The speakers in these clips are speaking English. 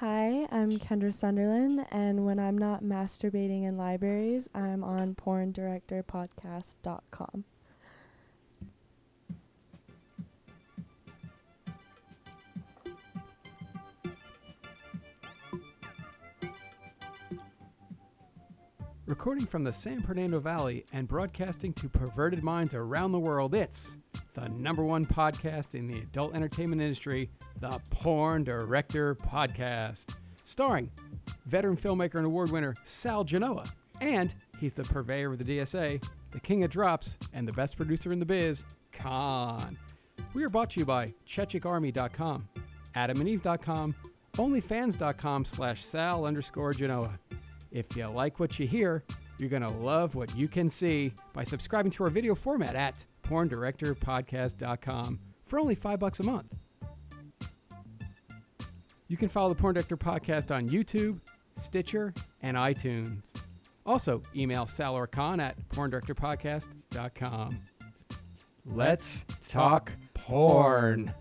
Hi, I'm Kendra Sunderland, and when I'm not masturbating in libraries, I'm on porndirectorpodcast.com. Recording from the San Fernando Valley and broadcasting to perverted minds around the world, it's the number one podcast in the adult entertainment industry, the Porn Director Podcast, starring veteran filmmaker and award winner Sal Genoa. And he's the purveyor of the DSA, the king of drops, and the best producer in the biz, Khan. We are brought to you by ChechikArmy.com, AdamandEve.com, OnlyFans.com slash Sal underscore Genoa. If you like what you hear, you're going to love what you can see by subscribing to our video format at porndirectorpodcast.com for only five bucks a month. You can follow the Porn Director Podcast on YouTube, Stitcher, and iTunes. Also, email Sal or Khan at porndirectorpodcast.com. Let's talk porn.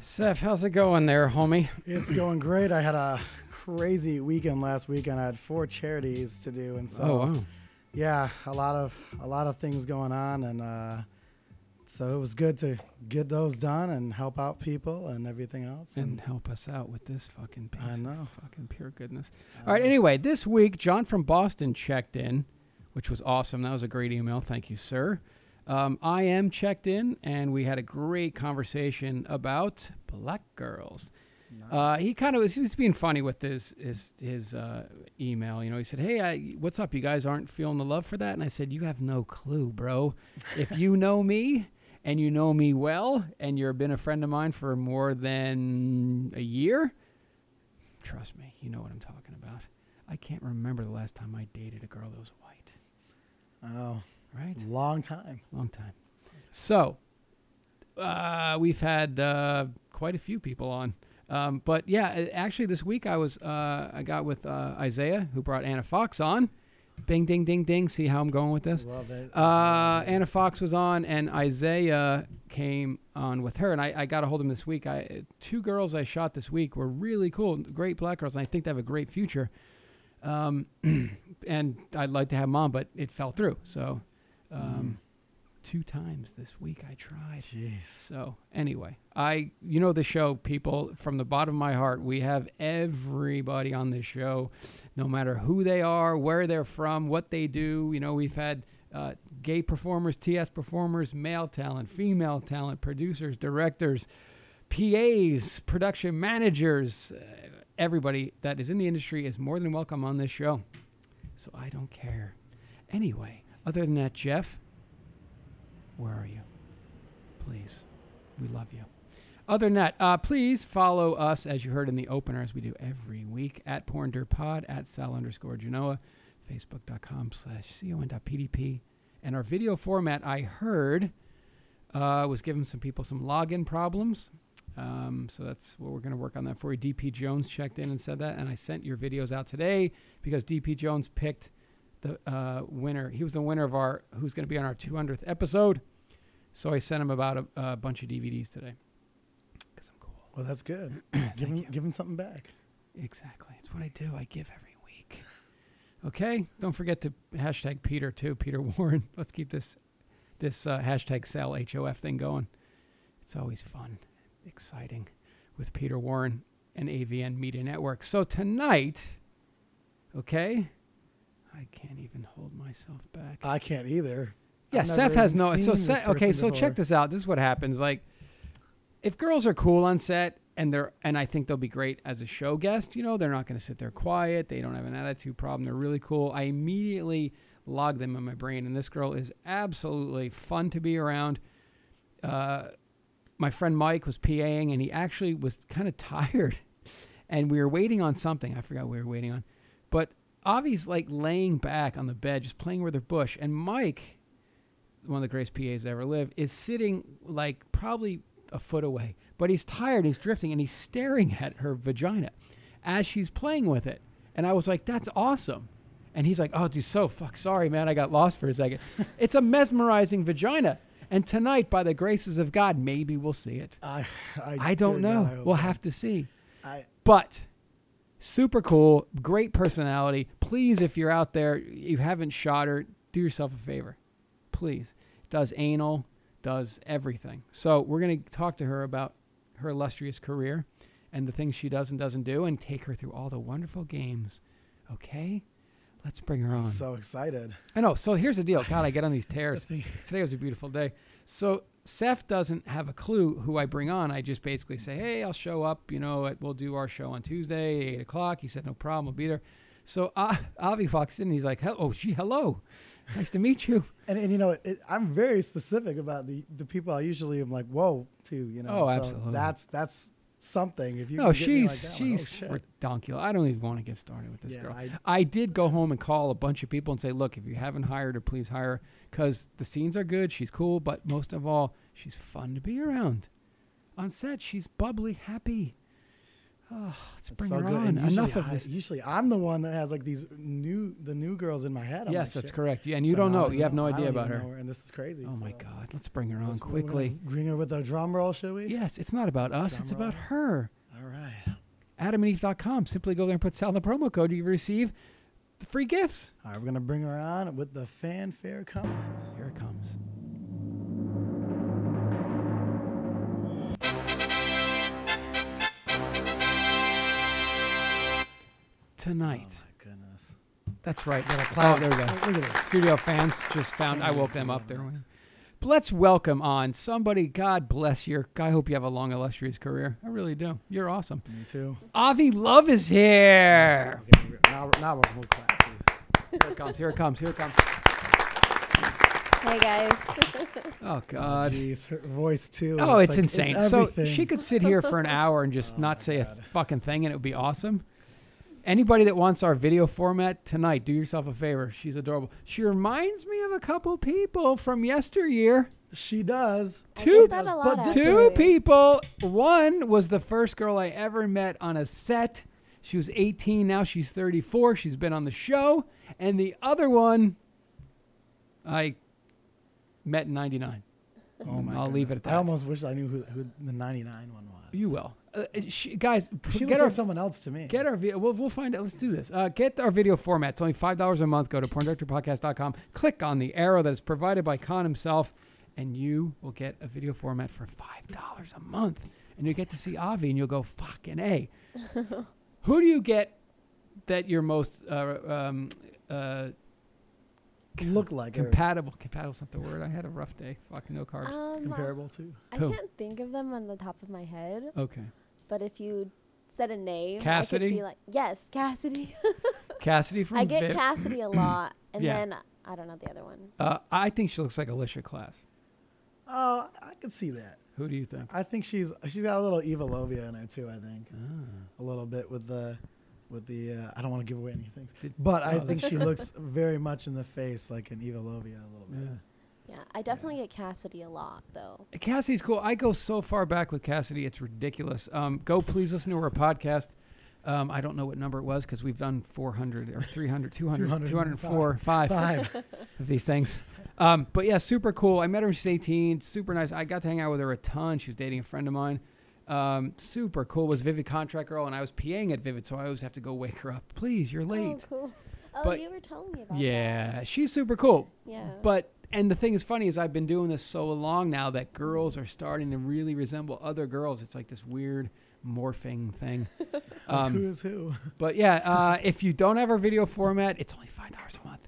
Seth, how's it going there, homie? It's going great. I had a crazy weekend last weekend. I had four charities to do, and so Oh, yeah, a lot of a lot of things going on, and uh, so it was good to get those done and help out people and everything else. and help us out with this fucking piece I know. of fucking pure goodness. All Um, right, anyway, this week John from Boston checked in, which was awesome. That was a great email. Thank you, sir. Um, I am checked in, and we had a great conversation about black girls. Uh, he kind of was, he was being funny with his his, his uh, email. You know, he said, "Hey, I, what's up? You guys aren't feeling the love for that?" And I said, "You have no clue, bro. If you know me and you know me well, and you've been a friend of mine for more than a year, trust me, you know what I'm talking about. I can't remember the last time I dated a girl that was white. I know, Right? long time. Long time. So, uh, we've had uh, quite a few people on. Um, but yeah, a- actually, this week I was uh, I got with uh, Isaiah, who brought Anna Fox on. Bing, ding, ding, ding. See how I'm going with this? Love it. Uh, Anna Fox was on, and Isaiah came on with her, and I, I got a hold of him this week. I two girls I shot this week were really cool, great black girls, and I think they have a great future. Um, and I'd like to have mom, but it fell through. So, um, two times this week I tried. Jeez. So anyway, I you know the show people from the bottom of my heart. We have everybody on this show, no matter who they are, where they're from, what they do. You know we've had uh, gay performers, TS performers, male talent, female talent, producers, directors, PAs, production managers. Uh, everybody that is in the industry is more than welcome on this show. So I don't care. Anyway, other than that, Jeff, where are you? Please. We love you. Other than that, uh, please follow us, as you heard in the opener, as we do every week, at PornDirtPod, at Sal underscore Genoa, Facebook.com slash con.pdp. And our video format, I heard, uh, was giving some people some login problems. Um, so that's what we're going to work on that for you. DP Jones checked in and said that. And I sent your videos out today because DP Jones picked the uh, winner. He was the winner of our, who's going to be on our 200th episode. So I sent him about a, a bunch of DVDs today. Because I'm cool. Well, that's good. give, him, you. give him something back. Exactly. It's what I do. I give every week. Okay. Don't forget to hashtag Peter too. Peter Warren. Let's keep this this uh, hashtag Sal H O F thing going. It's always fun, exciting, with Peter Warren and AVN Media Network. So tonight, okay, I can't even hold myself back. I can't either. Yeah, I've Seth never has even no. seen So this Seth, okay, person so before. check this out. This is what happens. Like, if girls are cool on set and they're and I think they'll be great as a show guest. You know, they're not going to sit there quiet. They don't have an attitude problem. They're really cool. I immediately log them in my brain, and this girl is absolutely fun to be around. Uh, my friend Mike was PAing, and he actually was kind of tired, and we were waiting on something. I forgot what we were waiting on, but. Avi's like laying back on the bed, just playing with her bush. And Mike, one of the greatest PAs that ever lived, is sitting like probably a foot away, but he's tired, he's drifting, and he's staring at her vagina as she's playing with it. And I was like, that's awesome. And he's like, oh, dude, so fuck, sorry, man, I got lost for a second. it's a mesmerizing vagina. And tonight, by the graces of God, maybe we'll see it. I, I, I don't dear God, know. hope we'll so. have to see. I But super cool, great personality. Please, if you're out there, you haven't shot her, do yourself a favor. Please. Does anal, does everything. So we're going to talk to her about her illustrious career and the things she does and doesn't do and take her through all the wonderful games. Okay? Let's bring her on. I'm so excited. I know. So here's the deal. God, I get on these tears. think- Today was a beautiful day. So Seth doesn't have a clue who I bring on. I just basically say, hey, I'll show up. You know, at- we'll do our show on Tuesday, 8 o'clock. He said, no problem. I'll be there. So uh, Avi walks in and he's like, "Hel- oh, she, hello. Nice to meet you. And, and you know, it, I'm very specific about the, the people I usually am like, whoa, to, you know. Oh, so absolutely. That's that's something. If you no, can get me like she's that, I'm like, she's oh, shit. redonkulous. I don't even want to get started with this Yeah, girl. I, I- did go home and call a bunch of people and say, look, if you haven't hired her, please hire her because the scenes are good. She's cool, but most of all, she's fun to be around. On set, she's bubbly, happy. Oh, let's bring so her good. on. And usually Enough of I- this. Usually, I'm the one that has like these new the new girls in my head. I'm yes, like, that's shit. correct. Yeah, and you So don't now I know. You have no I idea don't about even her. know And this is crazy. Oh my so God! Let's bring her on let's- we're gonna quickly. Ring her with a drum roll, should we? Yes, it's not about us. drum It's about roll. her. All right. AdamandEve.com. Simply go there and put Sal in the promo code. You receive the free gifts. All right, we're gonna bring her on with the fanfare coming. Here it comes. Tonight. Oh my goodness. That's right. Gotta Oh, clap. there we go. Look at this. Studio fans just found I woke them up there. But let's welcome on somebody. God bless you. I hope you have a long, illustrious career. I really do. You're awesome. Me too. Avi Love is here. Okay, we're- now, we're- now we're gonna clap. dude. Here it comes. Here it comes. Here it comes. Hey guys. Oh, God. Jeez, her voice too. Oh, it's, like- insane. so everything. she could sit here for an hour and just not say a Oh God. fucking thing, and it would be awesome. Anybody that wants our video format tonight, do yourself a favor. She's adorable. She reminds me of a couple people from yesteryear. She does. I Two- did that a but lot That's Two actually. people. One was the first girl I ever met on a set. She was 18. Now she's 34. She's been on the show. And the other one, I met in 99. Oh my I'll leave it at goodness. I that. almost wish I knew who, who the 99 one was. You will. Uh, she, guys, She get looks our like someone else to me. Get our video. We'll, we'll find out. Let's do this. Uh, get our video format. It's only $5 a month. Go to porndirectorpodcast.com. Click on the arrow that is provided by Khan himself, and you will get a video format for $5 a month. And you get to see Avi, and you'll go, fucking A. Who do you get that you're most uh, um, uh, look like her. compatible? Compatible's not the word. I had a rough day. Fuck, no carbs. Um, comparable to. I Who? can't think of them on the top of my head, okay. but if you said a name, I Cassidy? could be like, yes, Cassidy. Cassidy from I get Vip. Cassidy a lot, and Yeah. then I don't know the other one. uh, I think she looks like Alicia Class. Oh, I could see that. Who do you think? I think she's she's got a little Eva Lovia in her too. I Uh, think Ah. a little bit with the with the. Uh, I don't want to give away anything, Did- but I oh, think that's- she looks very much in the face like an Eva Lovia a little bit. Yeah. Yeah, I definitely get Cassidy a lot though. Cassidy's cool. I go so far back with Cassidy, it's ridiculous. Um, go please listen to her podcast. Um, I don't know what number it was because we've done 400 or 300, 200, 204, 5 Five. of these things. Um, but yeah, super cool. I met her when she was 18. Super nice. I got to hang out with her a ton. She was dating a friend of mine. Um, super cool. Was Vivid Contract Girl, and I was PAing at Vivid, so I always have to go wake her up. Please, you're late. Oh, cool. Oh, But- you were telling me about that. Yeah, she's super cool. Yeah. But and the thing is funny is I've been doing this so long now that girls are starting to really resemble other girls. It's like this weird morphing thing. Um, who is who? but yeah, uh, if you don't have our video format, it's only five dollars a month.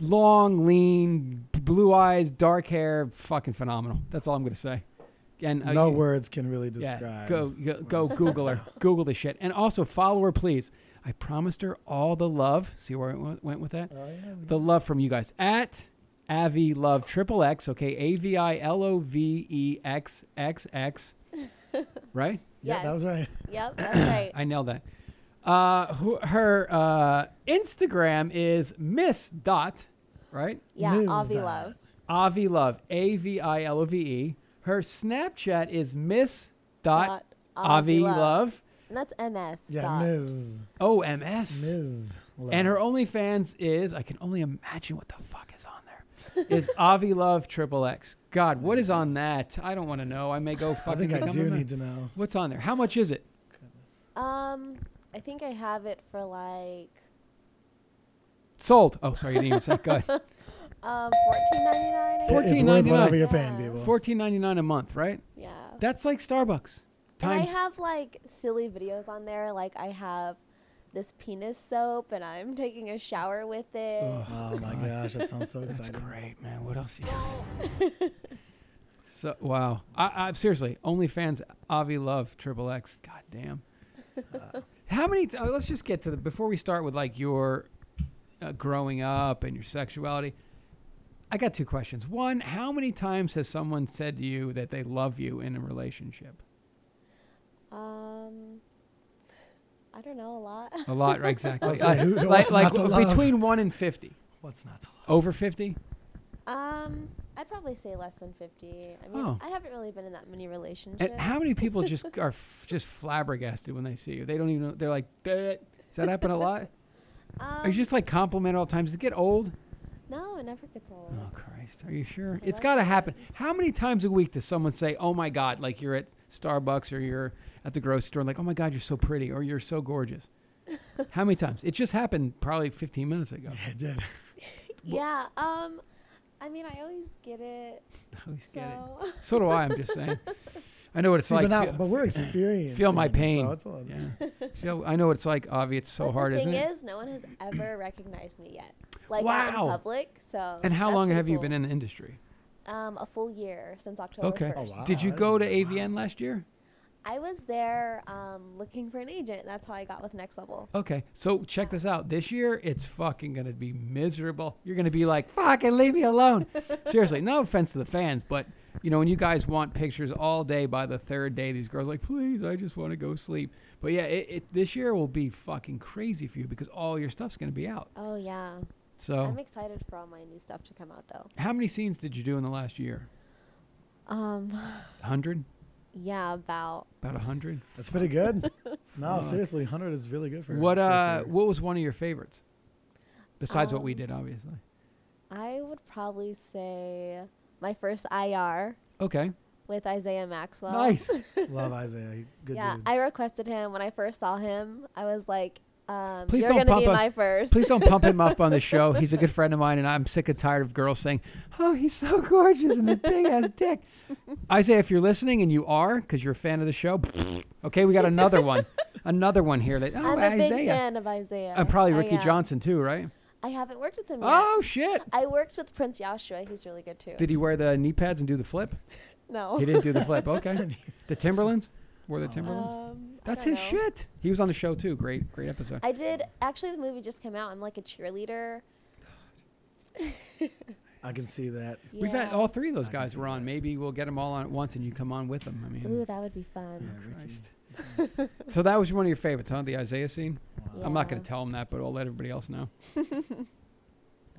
Long, lean, blue eyes, dark hair, fucking phenomenal. That's all I'm gonna say. And uh, no you- words can really yeah, describe. go go, go Google her. Google the shit. And also follow her, please. I promised her all the love. See where I went went with that? Oh, yeah, we- the love from you guys at Avi Love Triple X. Okay, A V I L O V E X X X. Right? yeah, that Yes. was right. Yep, that's right. I nailed that. Uh, who, her uh, Instagram is Miss Dot, right? Yeah, Knew Avi that. Love. Avi Love, A V I L O V E. Her Snapchat is Miss Dot Dot Avi Avi Love Love. And that's MS. Yeah, dot. Ms. O M S. Ms. Love. And her OnlyFans is I can only imagine what the fuck is on there. Is Avi Love Triple X? God, what is on that? I don't want to know. I may go I fucking. think I become do a- need to know. What's on there? How much is it? Um, I think I have it for like Sold. Oh, sorry, you didn't even say. Go ahead. um fourteen ninety nine. It- It's worth 14.99. whatever you're paying, Yeah. people. Fourteen ninety nine a month, right? Yeah. That's like Starbucks. and I Times. have like silly videos on there. Like I have this penis soap, and I'm taking a shower with it. Ugh. oh my God. gosh, that sounds so That's exciting. great, man. What else you got? so wow. I, I seriously, OnlyFans, Avi Love, Triple X. God damn. How many? T- oh, let's just get to the before we start with like your uh, growing up and your sexuality. I got two questions. One, how many times has someone said to you that they love you in a relationship? Um, I don't know a lot. A lot, right? Exactly. was gonna say, Uh, who- who like wants like not to love? between one and fifty. What's not to love? Over fifty? um, I'd probably say less than fifty. I mean, Oh. I haven't really been in that many relationships. And how many people just are f- just flabbergasted when they see you? They don't even know. They're like, "That- does that happen a lot? um, Are you just like compliment all the time? Does it get old? no, it never gets old. Oh, Christ. Are you sure? Yeah, It's that's got to happen. How many times a week does someone say, oh my God, like you're at Starbucks or you're at the grocery store, like, oh my God, you're so pretty or you're so gorgeous? How many times? It just happened probably 15 minutes ago. I did. Yeah. Um, I mean, I always get it. I always So get it. So do I. I'm just saying. I know what it's See, like. but, now, Feel- but we're experiencing. feel my it, pain. So it's a little- yeah. Feel- I know what it's like, Avi. It's so but hard, the isn't thing it? is, no one has ever recognized me yet, like out in Wow. public. So. And how that's long pretty have you cool. been in the industry? Um, a full year since October Okay. first. Oh, wow. Did you that go is- to AVN last year? I was there um, looking for an agent. That's how I got with Next Level. Okay. So check this out. This year, it's fucking going to be miserable. You're going to be like, fucking leave me alone. Seriously, no offense to the fans, but you know, when you guys want pictures all day by the third day, these girls are like, please, I just want to go sleep. But yeah, it, it, this year will be fucking crazy for you because all your stuff's going to be out. Oh yeah, So, I'm excited for all my new stuff to come out though. how many scenes did you do in the last year? Um, 100? yeah, about About 100? That's pretty good. No, Fuck. seriously, 100 is really good for What, for uh, sure. what was one of your favorites? Besides what we Um, did, obviously. I would probably say my first IR Okay. with Isaiah Maxwell. nice. Love Isaiah. he- Good yeah, dude. I requested him when I first saw him. I was like, um, Please "You're don't gonna be pump up- my first. Please don't pump him up on the show. He's a good friend of mine, and I'm sick and tired of girls saying, "Oh, he's so gorgeous and the big ass dick." Isaiah, if you're listening, and you are, because you're a fan of the show, okay, we got another one, another one here. That oh, I'm a big Isaiah, fan of Isaiah. and probably I Ricky am. Johnson too, right? I haven't worked with him yet. Oh shit! I worked with Prince Joshua. He's really good too. Did he wear the knee pads and do the flip? no. He didn't do the flip. Okay, the Timberlands wore the Oh. Timberlands. Um, I That's don't his know. shit. He was on the show too. Great, great episode. I did. Actually, the movie just came out. I'm like a cheerleader. I can see that. We've had Yeah. all three of those I can guys see were on. that. Maybe we'll get them all on at once, and you come on with them. I mean, Ooh, that would be fun. Christ. so that was one of your favorites, huh? The Isaiah scene. I'm not going Yeah. to tell him that, but I'll let everybody else know.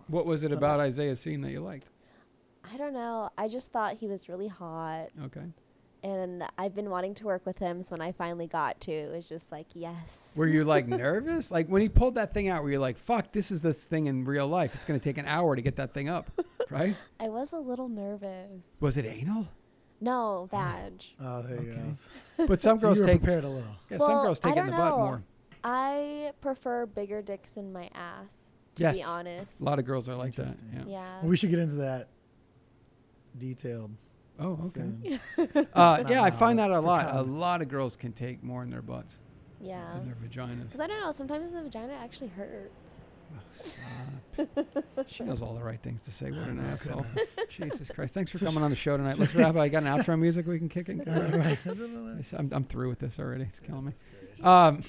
what was it So about Isaiah's scene that you liked? I don't know. I just thought he was really hot, Okay. and I've been wanting to work with him. So when I finally got to, it was just like, yes. Were you like nervous? Like when he pulled that thing out, were you like, "Fuck, this is this thing in real life. It's going to take an hour to get that thing up," right? I was a little nervous. Was it anal? No, badge. Oh, there you Okay. go. But some So girls you were take prepared a little. yeah, some Well, girls I take it in the don't butt know. more. I prefer bigger dicks in my ass. To be Yes. honest. A lot of girls are like that. Interesting. Yeah. Yeah. We should get into that detailed. Oh, okay. soon. Uh, Not yeah, I now, find but that a for lot. A comment. lot of girls can take more in their butts Yeah. than their vaginas. Because I don't know. Sometimes the vagina actually hurts. Oh, stop. she knows all the right things to say. What Oh, an asshole. Jesus Christ. Thanks for coming on the show tonight. Let's wrap. I got an outro music we can kick in. I'm, I'm through with this already. It's killing me. Um,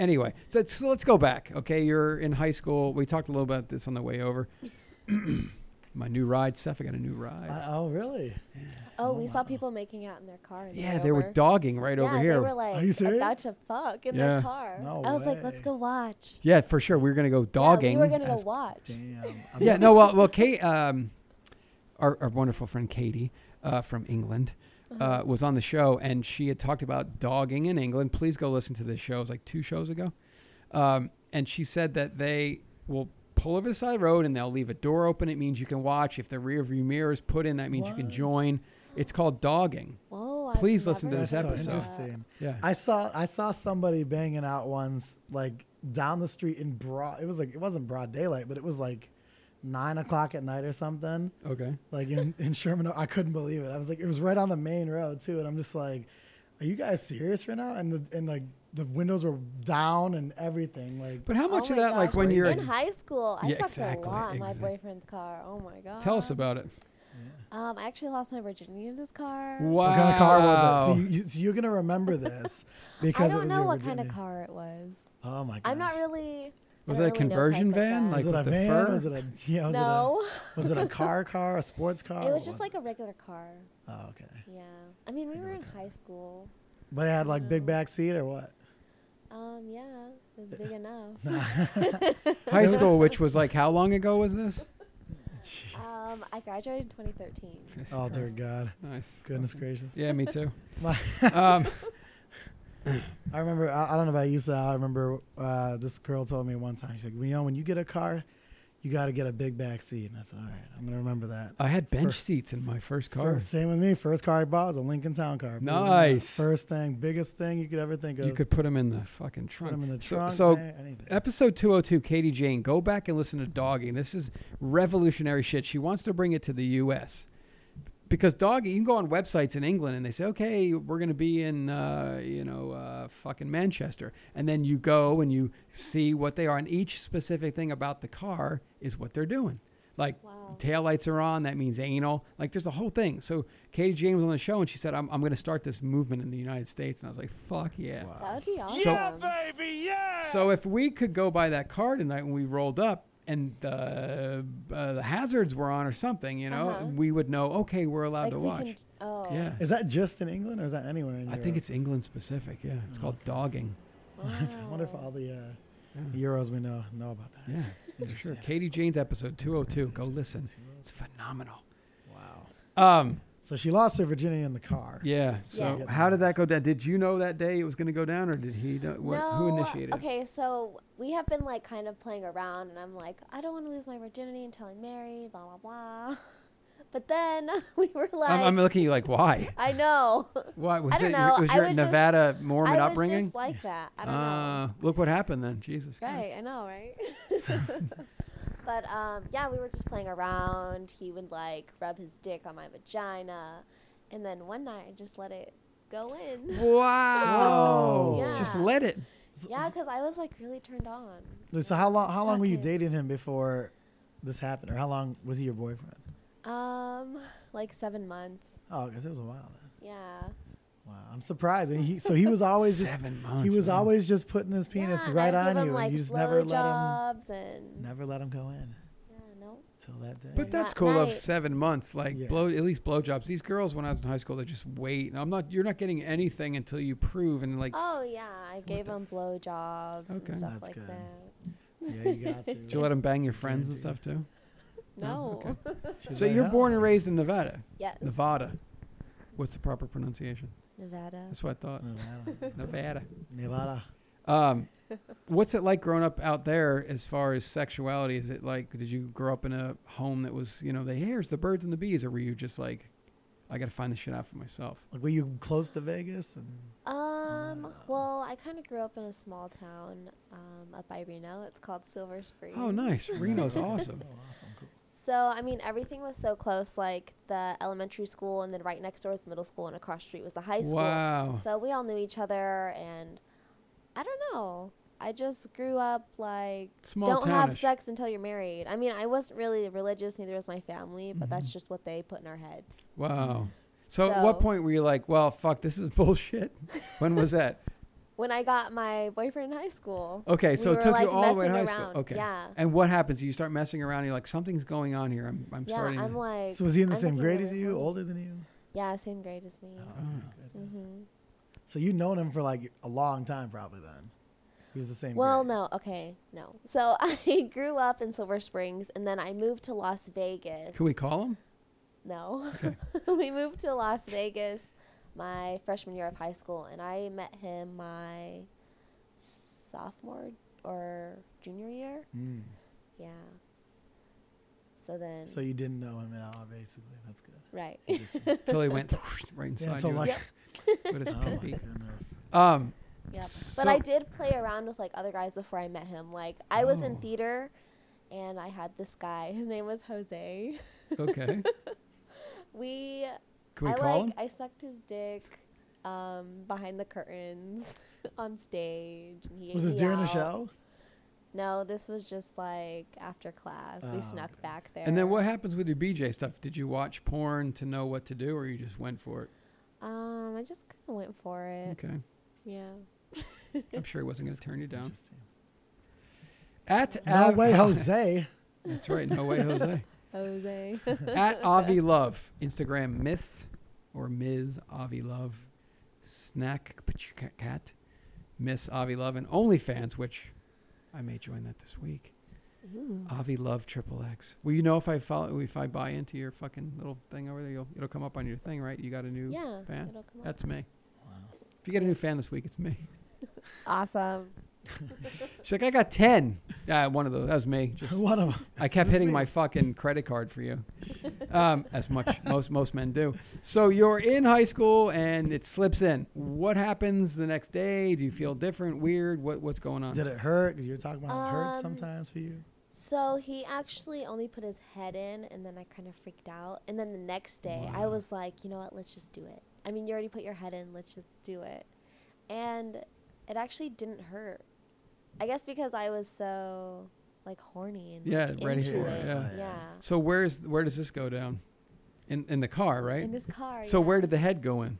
anyway, so, so let's go back. Okay, you're in high school. We talked a little about this on the way over. My new ride stuff. I got a new ride. I- oh, really? Oh, Oh, we saw wow. people making out in their car. on the Yeah, way they were over. dogging right yeah, over They here. were like Are you serious? about to fuck in Yeah. their car. No I was like, let's way. go watch. yeah, for sure. We were gonna go dogging. Yeah, we were gonna as go watch. Damn. I'm yeah, no, well, well, Kate, um, our, our wonderful friend Katie uh, from England Uh-huh. uh, was on the show, and she had talked about dogging in England. Please go listen to this show. It was like two shows ago, um, and she said that they will pull over the side of the road and they'll leave a door open. It means you can watch. If the rear view mirror is put in, that means you can What? join. It's called dogging. Whoa, please listen to never this seen That's so episode. interesting. Yeah. I saw I saw somebody banging out ones like down the street in broad. It was like it wasn't broad daylight, but it was like nine o'clock at night or something. Okay. Like in, in Sherman, I couldn't believe it. I was like, it was right on the main road too, and I'm just like, are you guys serious right now? And the and like the windows were down and everything. Like But how Oh much of my that, like gosh, when you're in high school, I Yeah, fucked exactly, a lot in my exactly. boyfriend's car. Oh my god. tell us about it. Um, I actually lost my virginity in his car. Wow. what kind of car was it? So, you, you, so you're gonna remember this because I it don't was know your what kind of virginity. car it was. Oh my god. I'm not really. I Was don't it a really know cars conversion van? that. Like was it with a the van? fur? Was it a yeah, was no, It a, was it a car car, a sports car? it What was just like a regular car. Oh, okay. Yeah, I mean we were in high school. But it had like big No. back seat or what? Um, yeah, it was big enough. High school, which was like how long ago was this? Um, I graduated in 2013. Oh dear God, Nice. goodness gracious! Yeah, me too. My- Um, I remember. I, I don't know about you, Sal. I remember uh, this girl told me one time. She's like, you know, when you get a car, you got to get a big back seat. And I said, all right, I'm gonna remember that. I had bench First- seats in my first car. First- same with me. First car I bought was a Lincoln Town car. believe it or not. Nice. First thing, biggest thing you could ever think of. You could put them in the fucking put trunk. them in the So- trunk. so man, anything. Episode 202, Katie Jane, go back and listen to Doggy. This is revolutionary shit. She wants to bring it to the U.S. Because Doggy, you can go on websites in England and they say, okay, we're going to be in, uh, you know, uh, fucking Manchester. And then you go and you see what they are. And each specific thing about the car is what they're doing. Like, Wow. taillights are on. That means anal. Like, there's a whole thing. So Katie Jane was on the show and she said, I'm, I'm going to start this movement in the United States. And I was like, fuck yeah. That would be awesome. So if we could go by that car tonight when we rolled up and uh, uh, the hazards were on or something, you know, Uh-huh. we would know. Okay, we're allowed like to we watch. can. Oh. yeah, Is that just in England or is that anywhere in I Europe? Mm. think it's England specific. Yeah, it's called dogging. I wonder if wow. all the uh, Euros we know know about that. Yeah, for sure. Katie Jane's episode 202. Go listen. It's phenomenal. Wow. Um, So she lost her virginity in the car. yeah. So Yeah. how did that go down? Did you know that day it was going to go down, or did he? Know, what, who No, initiated? it? Okay, so we have been like kind of playing around, and I'm like, I don't want to lose my virginity until I'm married, blah blah blah. But then we were like, I'm, I'm looking at you like, why? I know. Why was I don't it? know. Was I your was just- Nevada Mormon I was upbringing? just like that. I don't know. uh, look what happened then. Jesus. Christ. Right, I know, right? but um, yeah, we were just playing around. He would like rub his dick on my vagina, and then one night I just let it go in. Wow. Whoa. Just Yeah. let it. yeah, because I was like really turned on. So how long how long were you Fuck it. dating him before this happened, or how long was he your boyfriend? Um, like seven months. Oh, I guess it was a while then. Yeah. Wow, I'm surprised. And he so he was always just, Seven months. he was man. always just putting his penis Yeah, and right I'd on give him, you, like, and you just never let him blowjobs and never let him go in yeah, no. till that day. But that- that's cool. Of night. seven months, like Yeah. blow at least blowjobs. These girls, when I was in high school, they just wait. And I'm not. You're not getting anything until you prove and like. s- Oh yeah, I gave him blowjobs Okay. and stuff That's like good. that. yeah, you got to. Did you let them bang your friends and stuff too? No. okay. She's So like, you're "Oh." born and raised in Nevada. Yes. Nevada. What's the proper pronunciation? Nevada. That's what I thought. Nevada. Nevada. Nevada. Um, what's it like growing up out there as far as sexuality? Is it like, did you grow up in a home that was, you know, the hares, the birds, and the bees? Or were you just like, I got to find this shit out for myself? Like, were you close to Vegas? And Uh. Um. Well, I kind of grew up in a small town um, up by Reno. It's called Silver Spring. Oh, nice. Reno's awesome. oh, awesome, cool. So I mean, everything was so close. Like the elementary school, and then right next door was middle school, and across the street was the high school. Wow. So we all knew each other, and I don't know. I just grew up like Small don't have townish. sex until you're married. I mean, I wasn't really religious, neither was my family, but Mm-hmm. that's just what they put in our heads. Wow. So, at what So- point were you like, well, fuck, this is bullshit? When was that? When I got my boyfriend in high school, Okay, We so it were, took like, you all the way to high messing school. around. Okay. Yeah. And what happens? You start messing around. You're like, something's going on here. I'm, I'm yeah, starting. I'm to, like. So was he in the I'm same looking grade at as her you? phone. Older than you? Yeah, same grade as me. Oh, Mm-hmm. good. hmm So you've known him for like a long time, probably. Then he was the same. Well, grade. no, okay, no. So I grew up in Silver Springs, and then I moved to Las Vegas. can we call him? No. we moved to Las Vegas my freshman year of high school, and I met him my sophomore or junior year. Mm. Yeah. So then, So you didn't know him at all, basically. That's good. right. Interesting. Until he went right yeah, inside until you like, Yep. with his oh my pinky. goodness. Um, Yeah. So- But I did play around with like other guys before I met him. Like I was in Oh. theater and I had this guy. His name was Jose. okay. We Can we I call like him? I sucked his dick um, behind the curtains on stage and he Was ate this me during the out. show? No, this was just like after class. Oh, we snuck okay. back there. And then what happens with your BJ stuff? Did you watch porn to know what to do, or you just went for it? Um, I just kind of went for it. Okay. Yeah. I'm sure he wasn't going to turn you down. Interesting. At No Av- way, Jose. That's right. No way, Jose. Jose. At Avi Love Instagram, Miss or Ms. Avi Love, Snack Pachka- Cat, Miss Avi Love, and OnlyFans, which I may join that this week. Avi Love Triple X. Well, you know if I follow, if I buy into your fucking little thing over there, you'll, it'll come up on your thing, right? You got a new yeah. fan. It'll come up. That's me. If you get a new fan this week, it's me. Awesome. She's like, I got ten. Yeah, one of those. That was me. Just One of them. I kept hitting my fucking credit card for you, um, as much most most men do. So you're in high school and it slips in. What happens the next day? Do you feel different, weird? What what's going on? Did it hurt? 'Cause you were talking about it hurt Um, sometimes for you. So he actually only put his head in, and then I kind of freaked out. And then the next day, I Wow. was like, you know what? Let's just do it. I mean, you already put your head in. Let's just do it. And it actually didn't hurt. I guess because I was so like horny and Yeah, like, ready into for it. it, yeah. yeah. So where's where does this go down? In in the car, right? In his car. So yeah. where did the head go in?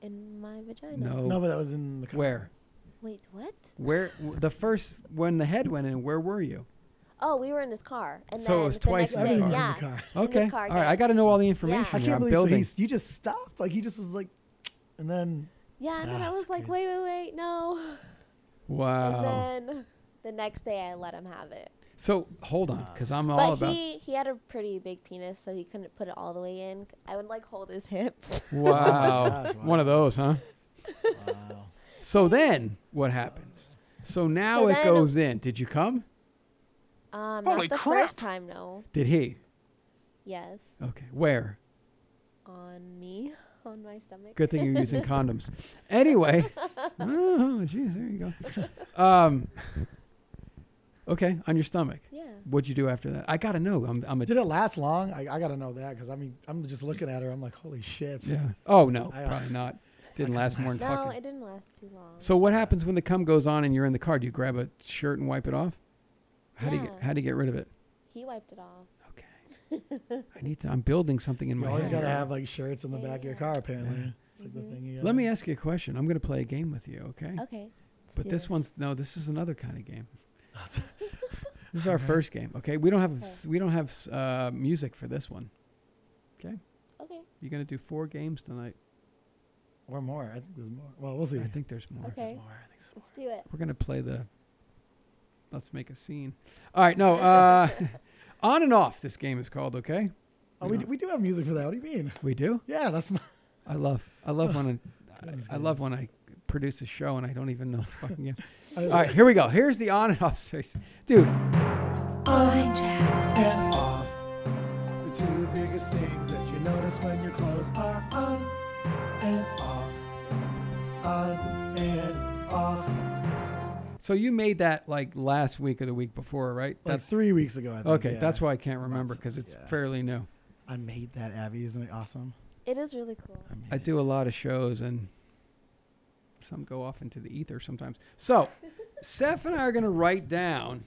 in my vagina? No. No, but that was in the car. Oh. Where Wait, what? where w- the first when the head went in? Where were you? Oh, we were in his car, and So it then was the twice next in day, the car. In yeah. the car. In his Okay. car, All right. yeah. I got to know all the information I here. can't I'm believe so building. he's, you just stopped. Like he just was like, and then Yeah, and then I That's was like, crazy. wait, wait, wait, no. wow. And then the next day, I let him have it. so hold on, because I'm all But about. he he had a pretty big penis, so he couldn't put it all the way in. I would like hold his hips. Wow. gosh, One of those, huh? wow. So then what happens? So now So it then- goes in. Did you come? Um, Holy not the crap. first time, no. Did he? Yes, Okay. Where? on me, on my stomach. Good thing you're using condoms. Anyway. Oh, jeez, there you go. Um, okay, on your stomach. Yeah. What'd you do after that? I gotta know. I'm, I'm a. Did it last long? I, I gotta know that because I mean I'm just looking at her. I'm like, holy shit. yeah. Oh no, I- probably not. Didn't last more than No, fucking. it didn't last too long. So what happens when the cum goes on and you're in the car? Do you grab a shirt and wipe it off? How do you Yeah. get, how do you get rid of it? he wiped it off. Okay. I need to. I'm building something in You my always head. gotta here. have like shirts in the back of your Yeah. car. Apparently, Yeah. it's like the thing you Let gotta- me ask you a question. I'm going to play a game with you, okay? Okay. let's but do this, one's no. This is another kind of game. this is our first game, okay? We don't have s we don't have s- uh, music for this one. Okay, okay. you're going to do four games tonight. Or more. I think there's more. Well, we'll see. I think there's more. Okay. There's more. I think there's more. Let's do it. We're going to play the. Let's make a scene. All right, no. Uh, on and off. This game is called. Okay. Oh, we do, we do have music for that. What do you mean? We do. Yeah, that's my. I love. I love when I, Goodness I love when I produce a show and I don't even know the fucking game. I All was right, here we go. Here's the on and off series, dude. and off. The two biggest things that you notice when your clothes are on and off. On and off. So you made that like last week or the week before, right? Like That's three weeks ago, I think. okay. yeah. That's why I can't remember Months, because it's yeah. fairly new. I made that, Abby. Isn't it awesome? It is really cool. made I it. do a lot of shows and some go off into the ether sometimes. So Seth and I are going to write down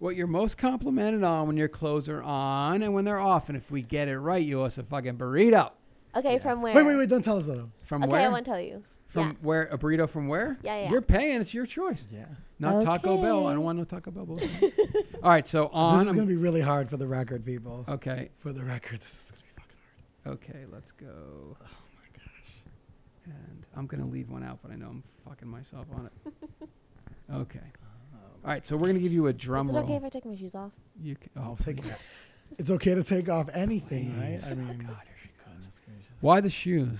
what you're most complimented on when your clothes are on and when they're off. And if we get it right, you owe us a fucking burrito. Okay, from where? Wait, wait, wait. Don't tell us that. though. From Okay, where? I won't tell you. from yeah. where? A burrito from where? Yeah, yeah. You're paying. It's your choice. Yeah. Not Taco Bell. I don't Okay. want no Taco Bell. bullshit. All right. So on. this is I'm- going to be really hard for the record, people. okay. For the record, this is going to be fucking hard. Okay, let's go. Oh my gosh. And I'm going to leave one out, but I know I'm fucking myself on it. okay. um, All right, so we're going to give you a drum Is it roll. okay if I take my shoes off? you can, I'll oh, take please. it. It's okay to take off anything, Please. Oh, right? I mean, God, here she goes. goodness gracious. Why the shoes?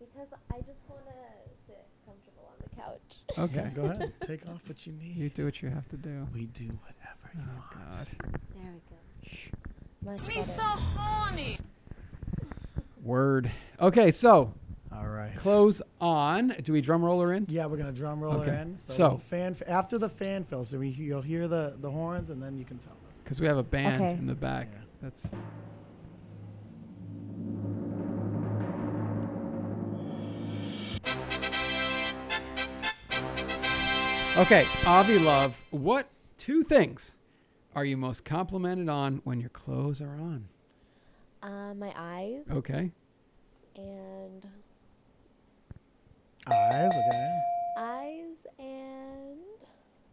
Because I just want to sit comfortable on the couch. Okay. Yeah, go ahead. Take off what you need. you do what you have to do. We do whatever Oh, you want. God. There we go. Shh. Much Me better. so horny. Word. Okay, so All right. close on. Do we drum roller in? Yeah, we're gonna drum roll her Okay. in. So, So- we'll fan after the fan fill, so we, you'll hear the the horns, and then you can tell us. Because we have a band Okay. in the back. Yeah. That's okay. Avi Love, what two things are you most complimented on when your clothes are on? Uh, my eyes Okay. and Eyes, okay. eyes and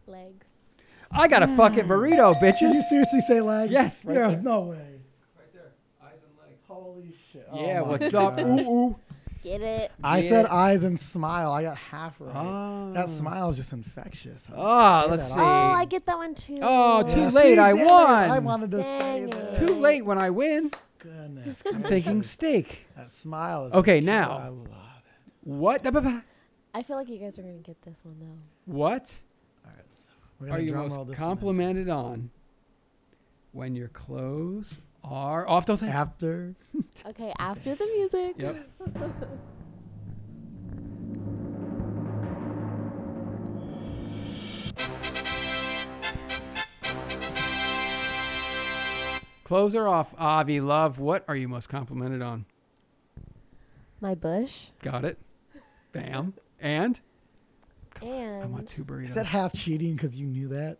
legs. I got a fucking burrito, Did bitches. you seriously say legs? Yes, right Yeah, there. no way. Right there, eyes and legs. Holy shit. Yeah, Oh my what's up? gosh. Ooh, ooh. Get it? I Yeah. said eyes and smile. I got half right. Oh. That smile is just infectious. Oh, Say let's that. see. Oh, I get that one too. Oh, Yeah, too see, late, I damn it, won. I wanted to say Dang that. it. Too late when I win. Goodness. I'm gracious. thinking steak. That smile is. Okay, cute. now. I love it. What? Da- ba- ba- I feel like you guys are gonna get this one though. What All right, so we're gonna are you drum roll most this complimented on when your clothes are off those one hands? out. after? Okay, after the music. Yep. Clothes are off, Avi Love. What are you most complimented on? My bush Got it. Bam. And and I want two burritos. Is that half cheating because you knew that?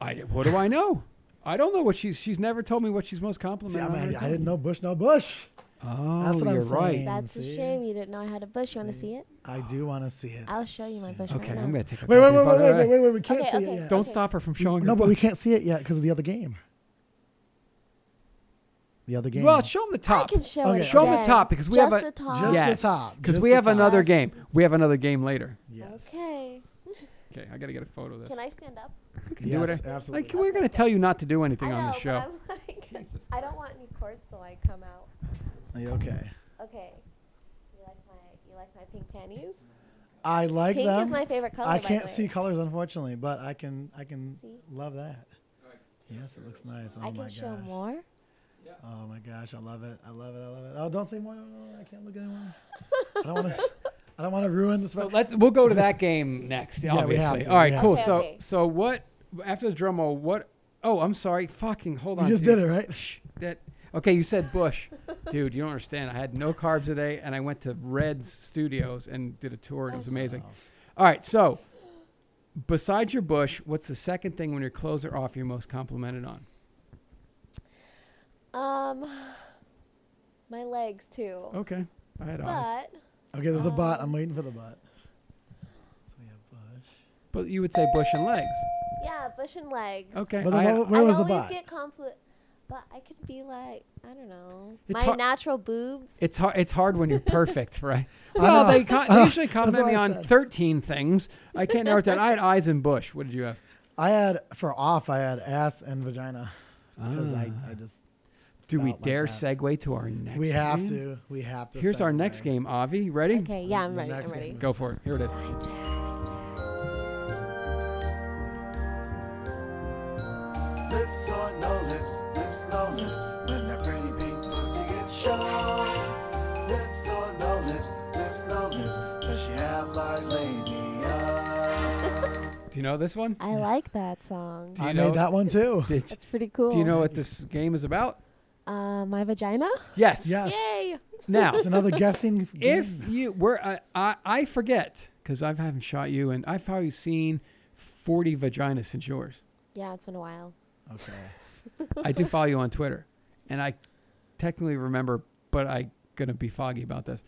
I did- what do I know? I don't know what she's. She's never told me what she's most See, complimented I, on. mean, her I didn't clothes. know Bush, no Bush. Oh, That's what I'm you're right. saying. that's a See? shame. You didn't know I had a bush. You want to see it? I do want to see it. I'll show you my bush Okay, right now. I'm gonna take a Wait, wait, goddamn wait, wait, photo. wait, wait, wait, wait. We can't Okay, see okay. it yet. Don't Okay. stop her from showing her. no, but we butt. can't see it yet because of the other game. The other game. Well, show them the top. I can show Okay, it. show 'em the again. top, because we Just have a- the top. Just the yes, top, because just we the have another top. game. We have another game later. yes. Okay. Okay, I gotta get a photo of this. Can I stand up? You can do Yes, whatever. absolutely. Like we're gonna tell you not to do anything I know, on the show. but I'm like, I don't want any cords till I come out. Yeah, okay. Okay. You like my you like my pink panties? I like pink them. is my favorite color. I by the can't way. see colors unfortunately, but I can I can See? love that. Yes, it looks nice. Oh I my can gosh. show more. Oh my gosh, I love it. I love it. I love it. Oh, don't say more. No, no, no, I can't look at anyone. I don't want to. I don't want to ruin this. So let's we'll go to that game next. we obviously. have to, All right, we have cool. to. so Okay, okay. so what after the drum roll? What? Oh, I'm sorry. Fucking hold You on. just dude. did it, right? Shh, that. Okay, you said Bush, dude. You don't understand. I had no carbs today, and I went to Red's Studios and did a tour, and Oh, it was amazing. All right, so besides your Bush, what's the second thing when your clothes are off you're most complimented on? Um, my legs too. Okay, I had eyes, But Okay, there's a bot. Um, I'm waiting for the bot. So we have Bush. but you would say Bush and legs. yeah, bush and legs. Okay, Well, then I had- what- Where I was the always bot? get conflict, but I could be like I don't know It's my hard- natural boobs. it's hard. It's hard when you're perfect, right? I Well, know. they, con- they usually compliment what me I on said. 13 things. I can't narrow it down. I had eyes and Bush. What did you have? I had for off. I had ass and vagina because I, I just Do we About like dare that. segue to our Ah. next? we have game? to we have to. Here's our next segue. game, Avi. Ready? Okay, yeah, I'm The ready. I'm next ready. game Go for it. Here it is. Lips or no lips, lips no lips, when that pretty pink pussy gets shown. Lips or no lips, lips no lips, does she have large labia? Do you know this one? I like that song. Do you I know- made that one too. Did, It's pretty cool. do you know what this game is about? Uh, my vagina. Yes. Yes. Yay! Now, It's another guessing. f- if game. you were, I, I, I forget because I haven't shot you, and I've probably seen 40 vaginas since yours. Yeah, it's been a while. okay, I do follow you on Twitter, and I technically remember, but I'm gonna be foggy about this.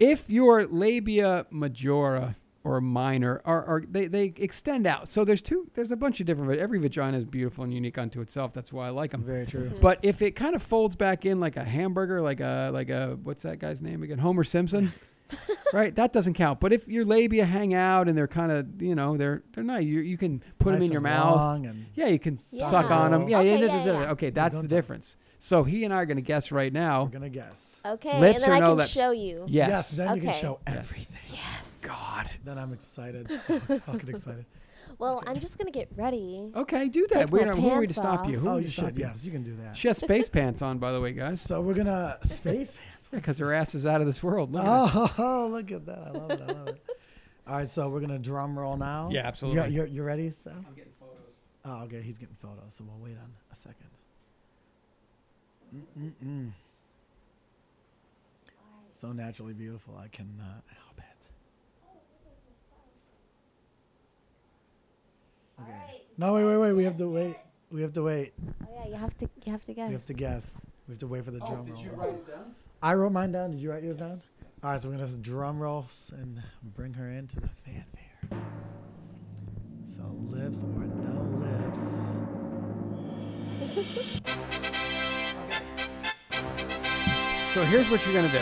If your labia majora or minor are, are they, they extend out, so there's two. There's a bunch of different. Every vagina is beautiful and unique unto itself. That's why I like them. very true. But if it kind of folds back in like a hamburger, like a like a what's that guy's name again? Homer Simpson. right, that doesn't count. But if your labia hang out and they're kind of, you know, they're they're not. You, you can put them Nice in your and mouth. long and- Yeah, you can Yeah. suck on them. Yeah, Okay, yeah, yeah, yeah. Okay, that's don't the touch. difference. So he and I are going to guess right now. We're gonna guess. Okay, Lips and then or I no can lips? show you. Yes. then you can Okay. show Yes. everything. Yes. God. Then I'm excited. So fucking excited. Well, I'm just gonna get ready. Okay, do that. Take We my don't. Who are we to pants stop you? off. Who oh, are we you to should. stop you? Yes, you can do that. She has space pants on, by the way, guys. So we're gonna space pants. Yeah, because her ass is out of this world. Look at Oh, look at that! I love it. I love it. All right, so we're gonna drum roll now. Yeah, absolutely. You, you, you ready, Sal? it. getting photos. Oh, okay. He's getting photos, so we'll wait on a second. Mm-mm-mm. So naturally beautiful, I uh, cannot help it. Oh, Okay. No, wait, wait, wait. We have to wait. We have to wait. Oh yeah, you have to you have to guess. We have to guess. We have to wait for the Oh, drum rolls. and stuff. it down? I wrote mine down. Did you write yours down? All right, so we're gonna have drum rolls and bring her into the fanfare. So lips or no lips. So here's what you're gonna do.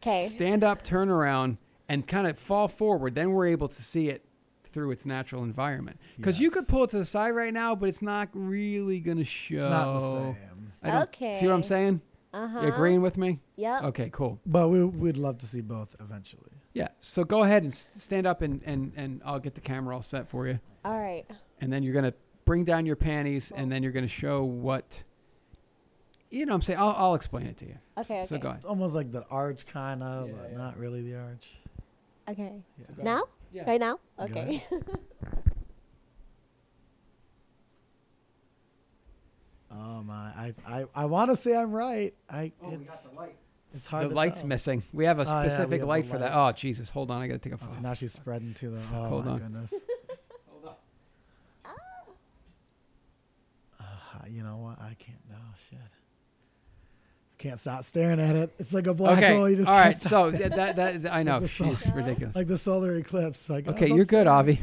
'Kay. Stand up, turn around, and kind of fall forward. Then we're able to see it through its natural environment. Because you Yes. could pull it to the side right now, but it's not really gonna show. It's not the same. I don't, See what I'm Okay. Oh. saying? Uh-huh. You agreeing with me? Yep. Okay, cool. But we we'd love to see both eventually. Yeah. So go ahead and s- stand up, and, and, and I'll get the camera all set for you. All right. and then you're gonna bring down your panties, and then you're gonna show what. You know, what I'm saying I'll, I'll explain it to you. Okay, So okay. go ahead. It's almost like the arch kind of, Yeah, but yeah. not really the arch. Okay. Yeah. go Now? Yeah. Right now? Go Okay. Oh my! I I, I want to say I'm right. I Oh, it's, light. it's hard. the to light's tell. missing. We have a Oh, yeah, we specific have the light for that. light. Oh Jesus! Hold on, I gotta take a Oh, photo. so now she's spreading to the. Fuck, Oh hold my on. goodness. Uh, you know what? I can't. No shit. Can't stop staring at it. It's like a black okay. hole. You just All can't right. stop So staring. that, that that I know the she's song. ridiculous. like the solar eclipse. Like oh, Okay, don't you're good, stare. Avi.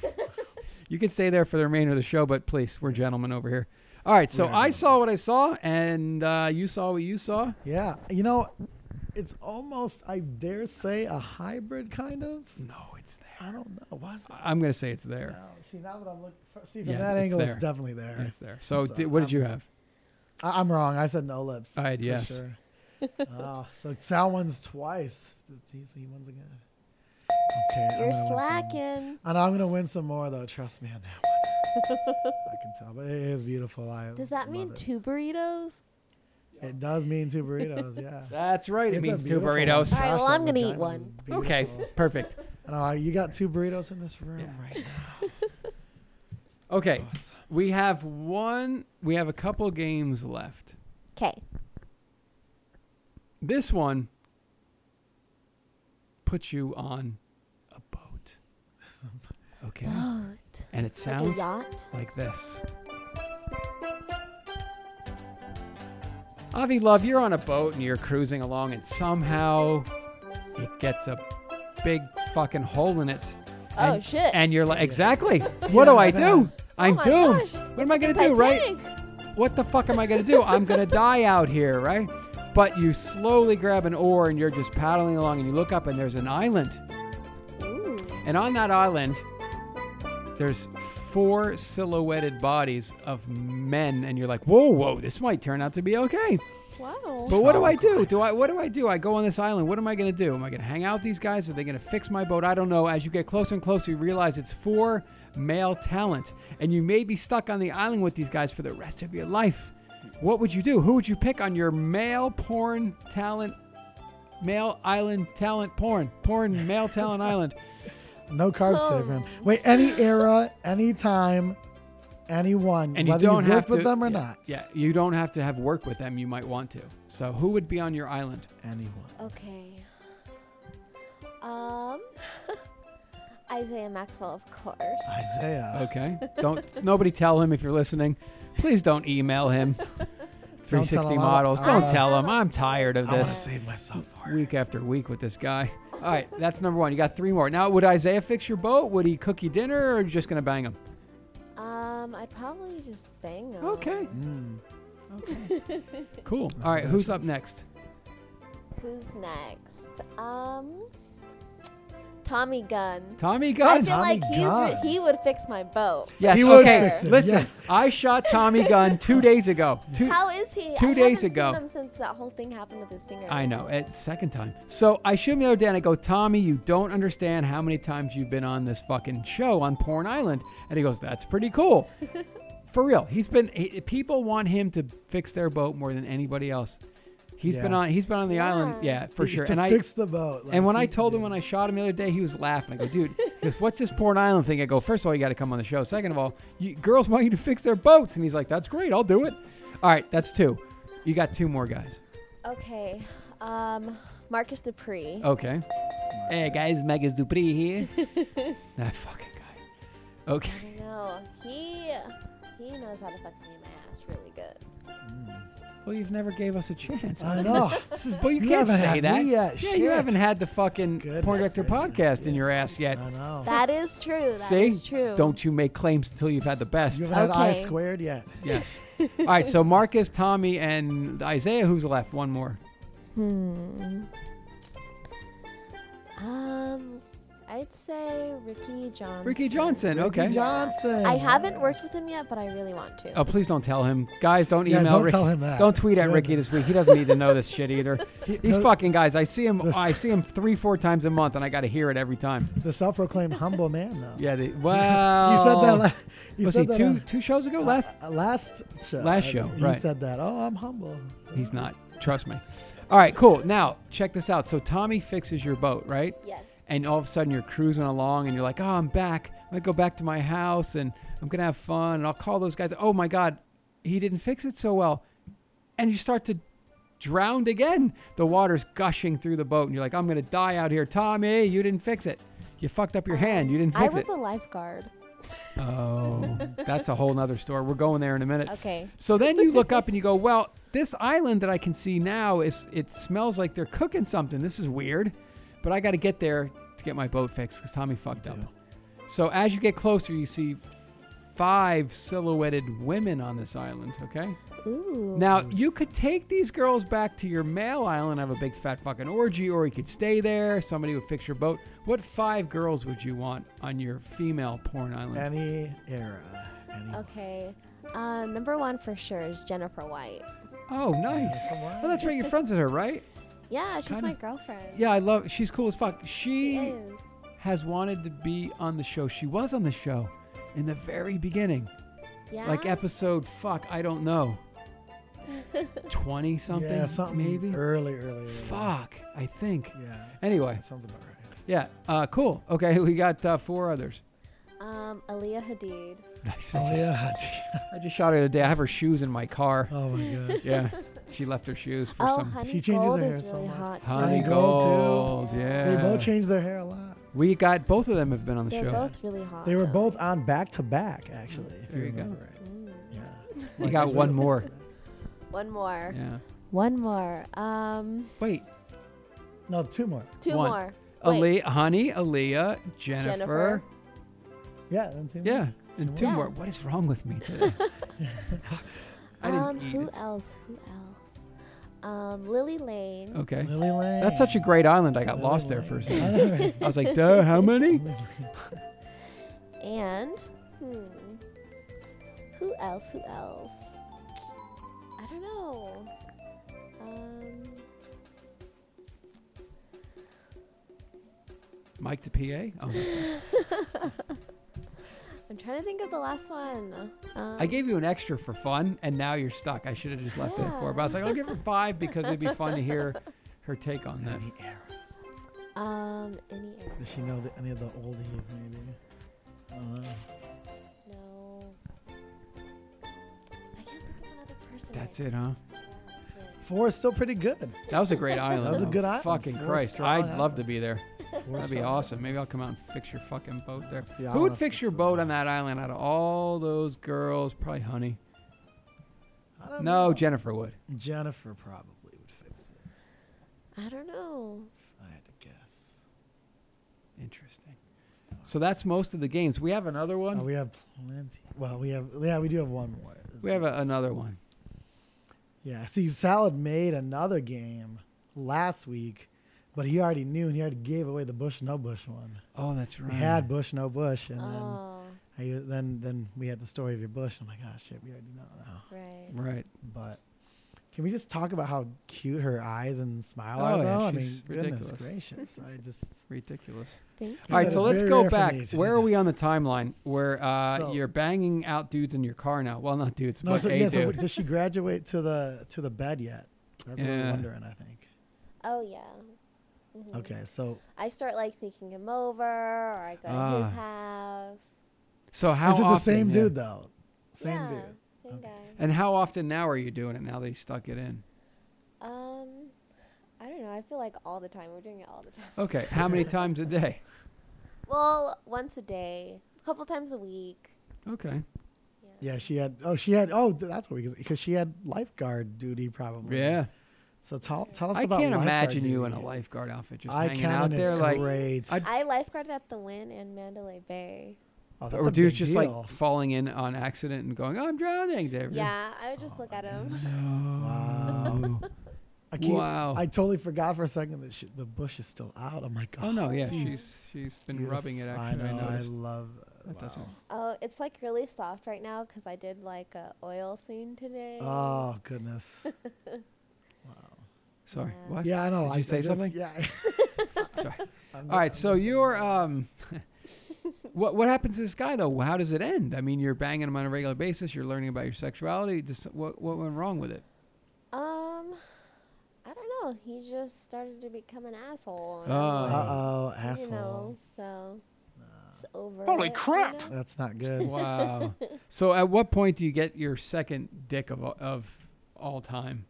you can stay there for the remainder of the show, but please, we're gentlemen over here. All right. So are I gentlemen. saw what I saw, and uh, you saw what you saw. Yeah, you know, it's almost I dare say a hybrid kind of. No, it's there. I don't know. Was it? I- I'm gonna say it's there. No, see now that I'm looking, for, see from Yeah, that it's angle, there. it's definitely there. It's there. So, So, di- what did you um, have? I, I'm wrong. I said no lips. I had for yes. Sure. oh, so Sal wins twice. He, so he wins again. Okay, I'm You're gonna win some- slacking. I know I'm gonna win some more though. Trust me on that one. I can tell, but it is beautiful. I Does that love mean it. two burritos? It does mean two burritos. Yeah. That's right. It's It a means two beautiful one. burritos. All right, Gosh, well, that I'm gonna eat vagina is one. Okay, beautiful. perfect. And, uh, you got two burritos in this room Yeah. right now. Okay, we have one. We have a couple games left. Okay. This one puts you on a boat. Okay, Boat. and it Like a sounds yacht. like this. Avi, love, you're on a boat and you're cruising along, and somehow it gets a big fucking hole in it. Oh, And- shit. And you're like, exactly. What do I do? I'm Oh my doomed. gosh. What am I gonna do, right? Titanic. What the fuck am I gonna do? I'm gonna die out here, right? But you slowly grab an oar and you're just paddling along, and you look up and there's an island. Ooh. And on that island, there's four silhouetted bodies of men, and you're like, whoa, whoa, this might turn out to be okay. Wow. But what do I do? Do I what do I do? I go on this island. What am I gonna do? Am I gonna hang out with these guys? Are they gonna fix my boat? I don't know. As you get closer and closer, you realize it's four male talent, and you may be stuck on the island with these guys for the rest of your life. What would you do? Who would you pick on your male porn talent? Male island talent porn. Porn male talent island. No carbs Oh. today, fam. Wait, any era, any time, anyone, And you whether don't have have worked with to them or yeah, not. Yeah, you don't have to have work with them. You might want to. So who would be on your island? Anyone. Okay. Um. Isaiah Maxwell, of course. Isaiah. Okay. Don't nobody tell him if you're listening. Please don't email him. 360 him. models. I- Don't I- tell him. I'm tired of I want to this save myself for it. week after week with this guy. All right, that's number one. You got three more. Now, would Isaiah fix your boat? Would he cook you dinner, or are you just gonna bang him? Um, I'd probably just bang him. Okay. Mm. Cool. All right, who's up next? Who's next? Um, Tommy Gunn. Tommy I Gunn. feel Tommy like he's re- Gunn. he would fix my boat. Yes. He would okay. fix it, Listen, yeah. I shot Tommy Gunn two days ago. Two. How is he? Two I days haven't ago. Seen him since that whole thing happened with his fingers. I know. It's second time. So I shoot him the other day and I go, Tommy, you don't understand how many times you've been on this fucking show on Porn Island. And he goes, That's pretty cool. For real. He's been he, people want him to fix their boat more than anybody else. He's been Yeah. on he's been on the island, Yeah. yeah, for sure. To and I fix the boat. like, and when he- I told him when I shot him the other day, he was laughing. I go, dude, he goes, what's this Porn Island thing? I go, first of all, you got to come on the show. Second of all, you, girls want you to fix their boats. And he's like, that's great. I'll do it. All right, that's two. You got two more guys. Okay. Um, Marcus Dupree. Okay. Hey, guys, Megas Dupree here. that fucking guy. Okay. No, he he knows how to fuck me in my ass really good. Well, you've never gave us a chance. I know. This is, but you, You can't haven't say had that. me yet. Yeah, you Shit. haven't had the fucking Goodness Porn Director gracious. podcast in your ass yet. I know. That is true. That See? is true. Oh. Don't you make claims until you've had the best. you haven't had I Okay. squared yet. Yes. All right. So Marcus, Tommy, and Isaiah. Who's left? One more. Um, I'd say Ricky Johnson. Ricky Johnson. Okay. Johnson. I haven't worked with him yet, but I really want to. Oh, please don't tell him, guys. Don't Yeah, email. don't Ricky. tell him that. Don't tweet at Ricky this week. He doesn't need to know this shit either. These no- fucking guys. I see him. This- I see him three, four times a month, and I got to hear it every time. The self-proclaimed humble man, though. Yeah. They, You well. said that. La- you was said he that two on- two shows ago? Last. uh, last show. last I show, think right. He said that. Oh, I'm humble. He's not. Trust me. All right. Cool. Now check this out. So Tommy fixes your boat, right? Yes. and all of a sudden you're cruising along and you're like, oh, I'm back. I'm gonna go back to my house and I'm gonna have fun. And I'll call those guys. Oh my God, he didn't fix it so well, and you start to drown again. The water's gushing through the boat, and you're like, I'm gonna die out here, Tommy. You didn't fix it. You fucked up your hand. You didn't I fix was it. a lifeguard. oh, that's a whole nother story. We're going there in a minute. Okay. So then you look up and you go, well, this island that I can see now is it smells like they're cooking something. This is weird, but I got to get there to get my boat fixed because Tommy fucked up. So as you get closer, you see five silhouetted women on this island. Okay. Ooh. Now you could take these girls back to your mail island, have a big fat fucking orgy, or you could stay there. Somebody would fix your boat. What five girls would you want on your female porn island? Any era. Any Okay. Um, number one for sure is Jennifer White. oh, nice. Come on. Well, that's right. You're friends with her, right? Yeah, she's Kinda- my girlfriend. Yeah, I love. She's cool as fuck. She, She is. has wanted to be on the show. She was on the show in the very beginning, Yeah. like episode fuck, I don't know, twenty something, Yeah, something maybe. early, early. early. Fuck, I think. Yeah. Anyway, That sounds about right. yeah, uh, cool. Okay, we got uh, four others. um, Aaliyah Hadid. Nice. I Oh just, yeah. I just shot her the other day. I have her shoes in my car. oh my god. Yeah, she left her shoes for Oh, some Honey She changes Gold her is hair really so hot. too. honey Honey gold, too. gold. Yeah, They both changed their hair a lot. we got both of them have been on the They're show. both really hot. They were though. both on back to back, actually. If There you you go. remember right. Mm. Yeah. we got one more. One more. Yeah. One more. Um, Wait, No, two more. two One. more. Wait. Ali, honey, Aaliyah, Jennifer. Jennifer. Yeah, then two Yeah, more. and two Yeah. more. What is wrong with me today? I didn't Um, eat. who It's- else? Who else? Um, Lily Lane. Okay, Lily Lane. that's such a great island. I got Lily lost there Lane. for a I second. know, right? I was like, duh, how many? Oh. And hmm, who else? Who else? I don't know. Um, Mike the PA. Oh, my God. I'm trying to think of the last one. Um, I gave you an extra for fun, and now you're stuck. I should have just left it at four. But I was like, I'll give her five because it'd be fun to hear her take on that. Any era. um any era. Does she know the, any of the oldies, maybe? I don't know. No. I can't think of another person. That's it, huh? Four is still pretty good. That was a great island. That was a though. good island. Fucking Four Christ, strong I'd love to be there. Four That'd be awesome. Maybe I'll come out and fix your fucking boat there. See, I Who would wanna fix fix your the boat boat. on that island out of all those girls? Probably Honey. I don't No, know. Jennifer would. Jennifer probably would fix it. I don't know. if I had to guess. Interesting. So that's most of the games. We have another one. Oh, we, we have plenty. Well, we have yeah, we do have one more. have a, another one. yeah. See, Salad made another game last week But he already knew and he already gave away the Bush no Bush one. Oh, that's right. We had Bush no Bush, and oh, then I, then then we had the story of your Bush. I'm like, oh shit, we already know now. right. Right. But can we just talk about how cute her eyes and smile Oh, are? yeah, though? I she's mean, ridiculous. goodness gracious! I just Ridiculous. Thank you. All right, said so let's it's very go rare for back. me to do Where are we this. on the timeline? Where uh, So- you're banging out dudes in your car now? Well, not dudes, no. but So, a yeah, so dude. does she graduate to the to the bed yet? That's what Yeah. we're wondering. I think. Oh yeah. Mhm. Okay, so I start like sneaking him over, or I go to Ah. his house. so how is it the often, same yeah. dude though? Same yeah, dude. Same guy. And how often now are you doing it? Now they stuck it in. Um, I don't know. I feel like all the time we're doing it all the time. Okay, how many times a day? Well, once a day, a couple times a week. Okay. Yeah, she had. Oh, she had. Oh, th- that's what we because she had lifeguard duty probably. Yeah. So tell tell us I about. can't lifeguard imagine you in a duty. lifeguard outfit just I hanging can, out and there it's like great. I'd- I lifeguarded at the Win in Mandalay Bay. Oh, that's or a dude's big just deal. like falling in on accident and going, oh, "I'm drowning." David. Yeah, I would just look at him. Oh No. I keep- Wow. I totally forgot for a second that she, the bush is still out. I'm like, oh, Oh no, yeah, geez. she's she's been rubbing it. Beautiful. Actually, I, I know. I, noticed. love. That doesn't- Oh, it's like really soft right now because I did like a oil scene today. Oh goodness. Sorry. Yeah. What? Yeah, I know. Did I, you say I just- something? Yeah. Sorry. I'm All right. just- So you're um, what what happens to this guy though? How does it end? I mean, you're banging him on a regular basis. You're learning about your sexuality. Just what what went wrong with it? Um, I don't know. He just started to become an asshole. and Oh. I'm like, Uh oh, You know, asshole. so it's over. Holy it, you crap. know? That's not good. Wow. so at what point do you get your second dick of of all time?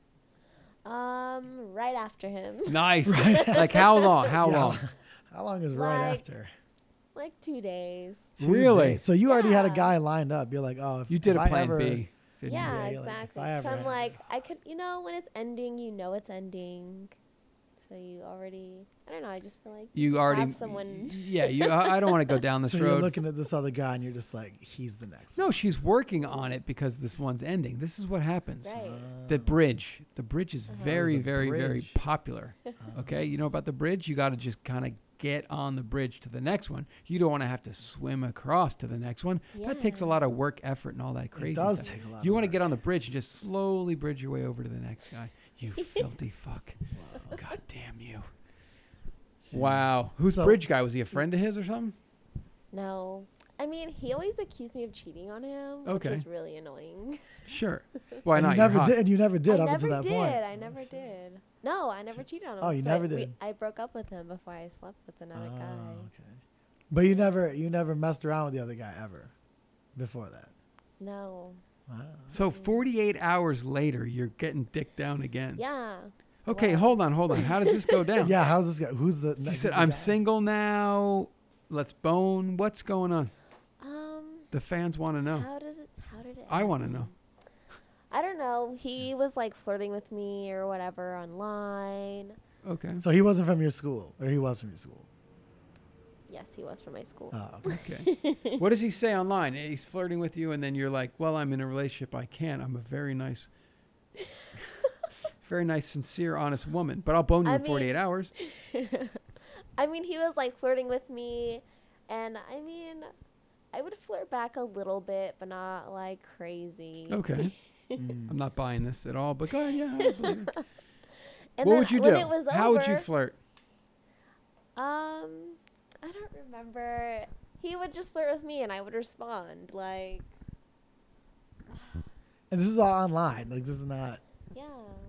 Um, right after him, Nice. Like how long? How Yeah. long? How long is right Like, after? like two days. Two Really? days. So you already had a Yeah. guy lined up. You're like, oh, if, You did a if I plan ever- B. Didn't you? yeah, Yeah, like, if exactly. I so ever I'm had- like, I could, you know, when it's ending, you know it's ending. So you already, I don't know. I just feel like You already have someone. Yeah, you. I, I don't want to go down this So you're road. looking at this other guy and you're just like, he's the next. no, she's working on it because this one's ending. This is what happens. Right. Uh-huh. The bridge. The bridge is very, There's a very, very bridge. popular. Oh, Okay, you know about the bridge. You got to just kind of get on the bridge to the next one. You don't want to have to swim across to the next one. That takes a Yeah. lot of work, effort, and all that crazy does stuff. take a lot you of want to get on the bridge and just slowly bridge your way over to the next guy. You filthy fuck. God damn you. Wow. Who's So- bridge guy? Was he a friend of his or something? No, I mean, he always accused me of cheating on him, Okay. which is really annoying. Sure. Why and not? You You're never hot. did. And you never did I up never until that did. point. I never did. No, I never cheated on him. Oh, you so I- never we- did. I broke up with him before I slept with another Oh, guy. okay. But you never, you never messed around with the other guy ever, before that. No. Wow. So 48 hours later, you're getting dick down again. Yeah. Okay, was. hold on, hold on. How does this go down? Yeah, how's this guy? Who's the? You next said, guy? I'm single now. Let's bone. What's going on? Um. The fans want to know. How does it? How did it? I end? want to know. I don't know. He was like flirting with me or whatever online. Okay. So he wasn't from your school, or he was from your school. Yes, he was from my school. Oh, Okay. what does he say online? He's flirting with you, and then you're like, well, I'm in a relationship. I can't. I'm a very nice, very nice, sincere, honest woman, but I'll bone you I in 48 mean- hours. I mean, he was like flirting with me, and I mean, I would flirt back a little bit, but not like crazy. Okay. Mm. I'm not buying this at all, but go ahead. Yeah. I believe you. And what then would you when do? It was How would you over, flirt? Um, I don't remember. He would just flirt with me, and I would respond like, and this is all online. Like this is not. yeah,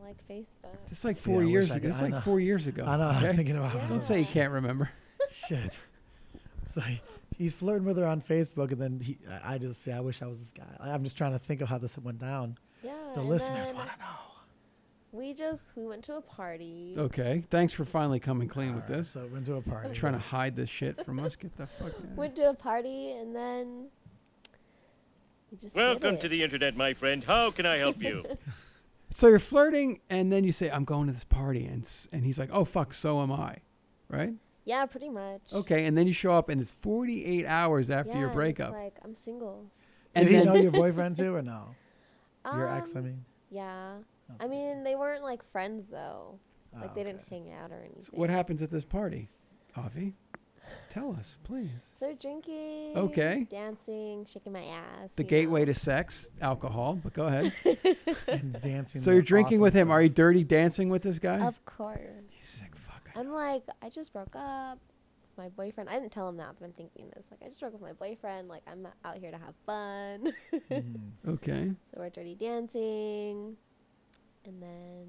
like Facebook. It's like See, four I wish years I ago. could- It's I like know. four years ago. I know. I'm okay? thinking about. Yeah. Don't say you can't remember. Shit. It's like he's flirting with her on Facebook, and then he, I- I just say, I wish I was this guy. Like, I'm just trying to think of how this went down. Yeah. The and listeners then want to know. We just we went to a party. Okay. Thanks for finally coming clean with Alright, this. So went to a party. Trying to hide this shit from us. Get the fuck out. Went to a party, and then we just did Welcome it. to the internet, my friend. How can I help you? So you're flirting, and then you say, "I'm going to this party," and s- and he's like, "Oh fuck, so am I," right? yeah, pretty much. Okay. And then you show up, and it's 48 hours after yeah, your and it's breakup. like I'm single. and Did he then- know your boyfriend too, or no? Your ex, I Um, mean. Yeah. I mean, they weren't like friends though. Ah, Like they didn't hang out or anything. So what happens at this party, Avi? Tell us, please. So they're drinking. Okay. Dancing, shaking my ass. The you gateway know. to sex, alcohol. But go ahead. and dancing. so you're the drinking awesome with him. stuff. Are you dirty dancing with this guy? Of course. He's like, fuck. I I'm know." like, I just broke up with my boyfriend. I didn't tell him that, but I'm thinking this. Like, I just broke up with my boyfriend. Like, I'm out here to have fun. okay. so we're dirty dancing. And then,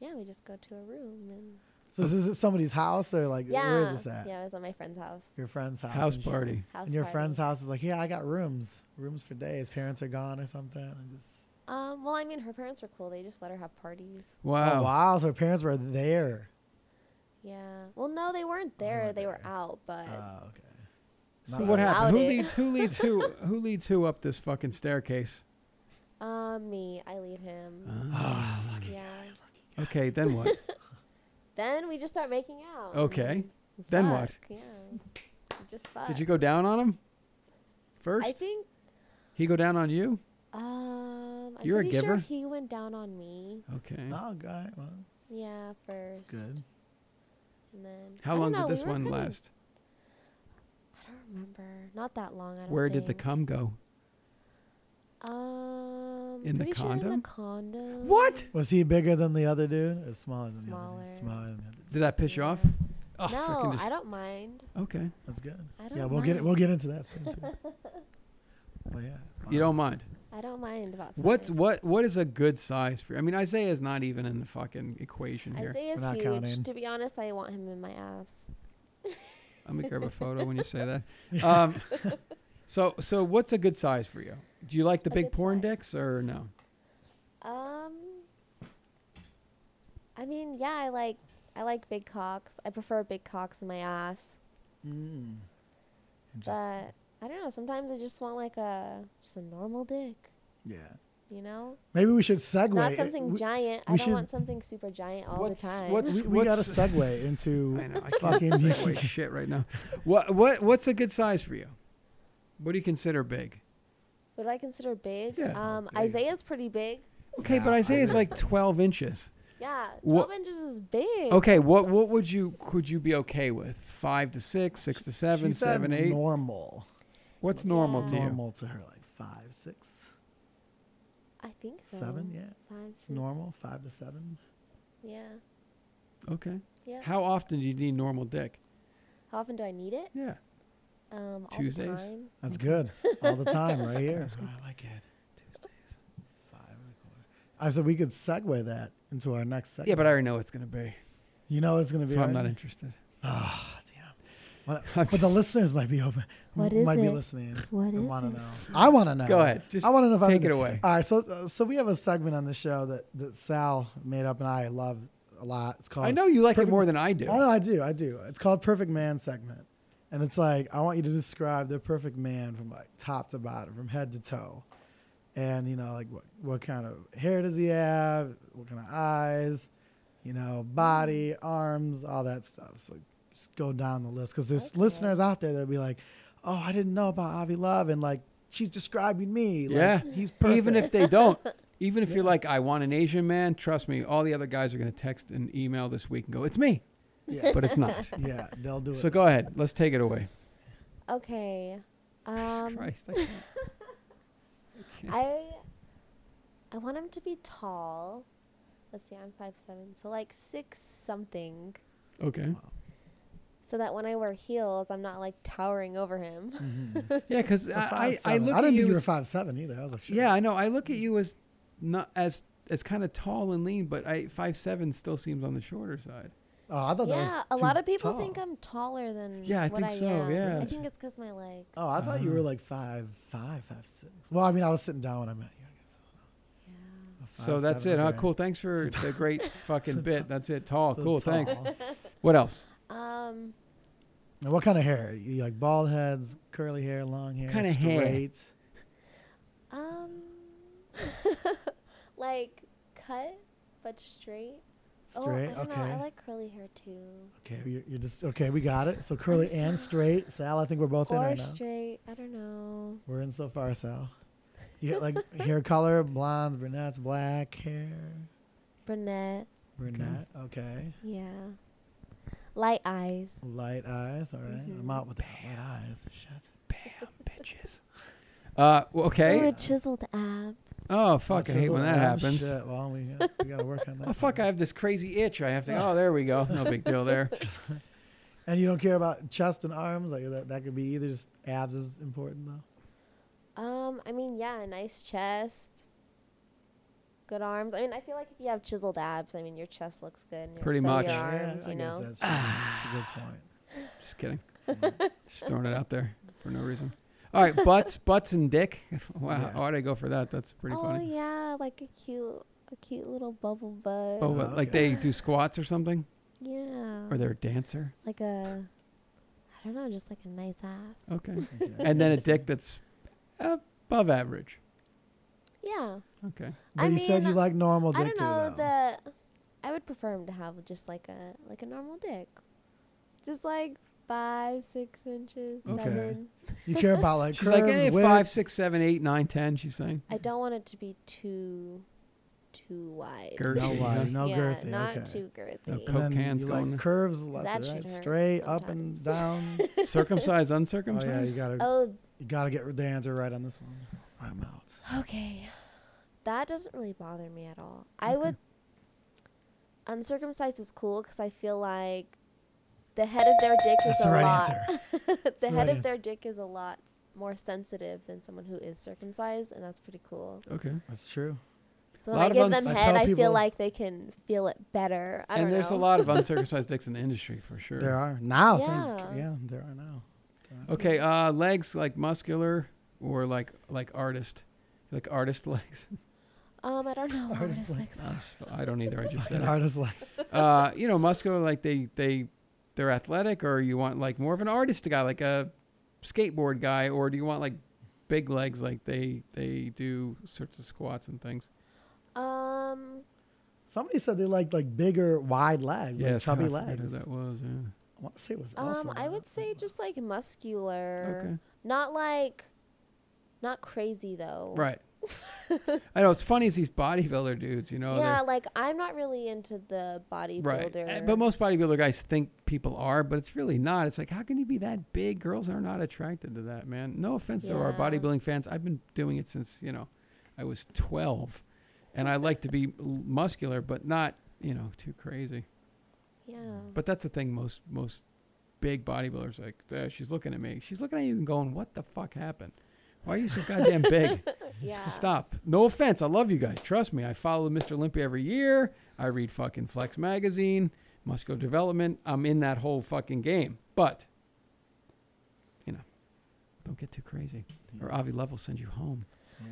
yeah, we just go to a room. and So this is at somebody's house or like Yeah. where is this at? Yeah, it was at my friend's house. Your friend's house. House and shit. party. House and your party. friend's house is like, yeah, I got rooms, rooms for days. Parents are gone or something, and just Um, well, I mean, her parents were cool. They just let her have parties. Wow. oh, wow. So her parents were there. Yeah. Well, no, they weren't there. weren't they were there. out, but Oh, okay. So Not what really. happened? Who Doubt it. leads? Who leads? Who? Who leads? Who up this fucking staircase? Uh. um, me, I lead him. Ah, yeah. okay. Then what? Then we just start making out. I Okay. mean, Then fuck, what? Yeah. We Just fuck. Did you go down on him? First, I think he go down on you. Um, I'm You're a pretty giver? sure he went down on me. Okay. Oh, God. Well, Yeah, first. that's good. And then How I don't long know, did we this were one kinda- last? I don't remember. Not that long. I don't Where did the think. cum go? Um, in the pretty sure in condom? the condom. What? Was he bigger than the other dude? Or smaller than the other Smaller. dude? Smaller than the other dude. Did that piss you off? Yeah. Oh, no, fucking just- I don't mind. Okay. That's good. I yeah, don't we'll get it. mind. We'll get into that soon too. Well, yeah. You don't mind. I don't mind about size. What's what? What is a good size for? you? I mean, Isaiah is not even in the fucking equation here. Isaiah's We're not huge. counting. To be honest, I want him in my ass. Let me grab a photo when you say that. Um, so so what's a good size for you? Do you like the A big good porn size. dicks or no? Um, I mean, yeah, I like I like big cocks. I prefer big cocks in my ass. Mm. Interesting. But I don't know. Sometimes I just want like a just a normal dick, Yeah. you know, Maybe we should segue. not it- something we- giant. I we don't should- want something super giant all What's- the time. what's- We, we got to What's- segue into. I know. I Fucking- can't segue shit right now. What what what's a good size for you? What do you consider big? what do I consider big? Yeah. um, Isaiah's pretty big. Okay, but Isaiah's like 12 inches. Yeah, Wha- twelve inches is big. Okay, what what would you could you be okay with? Five to six, six to seven, she said seven, eight. Normal. What's normal to you? Normal to her, like five, six, I think so. seven. Yeah. Five, six. Normal, five to seven. Yeah. Okay. Yeah. How, How often do you need normal dick? often do I need it? Yeah. Um, Tuesdays? All the time. That's good. All the time, right here. I like it. I said we could segue that into our next segment. Yeah, but I already know what it's gonna be, You know it's going to be. so I'm right? not interested. Ah, damn. What- I'm but the just- listeners might be open. What m- is might be it? listening. What and is wanna it? Know. I want to know. Go ahead. Just I want to know. If I take can- it away. All right. So, uh, so we have a segment on the show that that Sal made up, and I love a lot. It's called. I know you like it Perfect- more than I do. Oh no, I do. I do. It's called Perfect Man segment, and it's like I want you to describe the perfect man from like top to bottom, from head to toe, and you know like what what kind of hair does he have, what kind of eyes, you know, body, arms, all that stuff. So just go down the list because there's Okay. listeners out there that'll be like, oh, I didn't know about Avi Love, and like she's describing me. Like, Yeah. he's perfect. Even if they don't, even if you're like, I want an Asian man, trust me, all the other guys are gonna text and email this week and go, it's me, yeah, but it's not. yeah, they'll do it. so go ahead, let's take it away. Okay. Um, Christ, I can't. I I want him to be tall. Let's see, I'm five seven, so like six something. okay. So that when I wear heels, I'm not like towering over him. Mm-hmm. Yeah, because So I, I, I 5'7". look I didn't at think you you were as five seven either. I was like, sure. Yeah, I know. I look at you as not as as kind of tall and lean, but I five seven still seems on the shorter side. Oh, I thought yeah, that a was lot too of people tall. think I'm taller than Yeah, I what think I so, am. yeah. I think it's because my legs. Oh, I thought you Um, were like five, five, five, six. Well, I mean, I was sitting down when I met you. I guess. yeah. so Five, that's seven, it, huh? okay. Cool. Thanks for the great fucking bit. That's it. Tall. So cool. tall. Thanks. What else? Um, Now, what kind of hair? You like bald heads, curly hair, long hair, Kinda hair. straight? um, like cut but straight. oh, I Straight. don't okay. know. I like curly hair too, okay. You're, you're just okay. We got it. So curly I'm and so- straight. Sal, I think we're both in or right now. straight. I don't know. We're in so far, Sal. You got like hair color, blondes, brunettes, black hair. Brunette. Brunette. Okay. Yeah. Light eyes. Light eyes. All right. Mm-hmm. I'm out with the light eyes. Shit. Bam, bitches. Uh, well, Ooh, okay. a chiseled abs. Oh fuck! I hate when that Oh, happens. Shit. Well, we, got- we gotta work on that. Oh fuck! I have this crazy itch. I have to. Oh, there we go. No big deal there. And you don't care about chest and arms. Like that. That could be either. Just abs is important though. Um, I mean, yeah, a nice chest, good arms. I mean, I feel like if you have chiseled abs, I mean, your chest looks good. And your- Pretty so do much. Your Yeah, arms, I you guess know. That's, true. that's a good point. Just kidding. Just throwing it out there for no reason. All right, butts, butts, and dick. Wow, Yeah. why'd I go for that? That's pretty oh funny. yeah, like a cute, a cute little bubble butt. Oh, Oh, what, like okay. they do squats or something, Yeah. or they're a dancer. like a, I don't know, just like a nice ass. Okay. Okay. And then a dick that's above average. Yeah. Okay. But I you said mean, you like normal dick I don't too, know though. the. I would prefer him to have just like a like a normal dick, just like five, six inches, Okay. seven. You care about like She's like, curves, hey, width, five, six, seven, eight, nine, ten. She's saying. I don't want it to be too, too wide. Girthy. No wide, no yeah, girthy. not okay. too girthy. No And then Coke cans you going there. like curves left That to shit right, hurts straight up and down. huh? Circumcised, oh yeah, you uncircumcised. gotta Oh, you gotta get the answer right on this one. I'm out. okay. That doesn't really bother me at all. I would. Uncircumcised is cool because I feel like the head of their dick is That's a the right lot. answer. the the head right of their dick is a lot more sensitive than someone who is circumcised, and that's pretty cool. Okay. That's true. So A when I lot of give uns- them I head, tell I feel people- like they can feel it better. I and don't there's know. a lot of uncircumcised dicks in the industry for sure. There are now. Yeah, Yeah. think, yeah there are now. Okay, uh, legs like muscular or like like artist, like artist legs. Um, I don't know. what artist legs are. I don't either. I just said An it. artist likes. Uh, you know, muscular like they they they're athletic, or you want like more of an artist guy, like a skateboard guy, or do you want like big legs like they they do sorts of squats and things? Um, Somebody said they liked like bigger, wide legs, like Yes, I chubby forget legs. Who that was? Yeah. I want to say it was Elsa um, I that would say just like muscular. Okay. Not like, not crazy though. Right. I know it's funny is these bodybuilder dudes. You know. they're- yeah, like I'm not really into the bodybuilder. Right. Uh, But most bodybuilder guys think people are, but it's really not. It's like, how can you be that big? Girls are not attracted to that, man. No offense to our Yeah. bodybuilding fans. I've been doing it since, you know, I was 12. And I like to be l- muscular, but not, you know, too crazy. yeah. But that's the thing most, most big bodybuilders like, "Eh, she's looking at me. She's looking at you and going, what the fuck happened? Why are you so goddamn big? yeah. Stop. No offense. I love you guys. Trust me. I follow Mr. Olympia every year. I read fucking Flex magazine, Muscular Development. I'm in that whole fucking game. But, you know, don't get too crazy. Or Avi Love will send you home.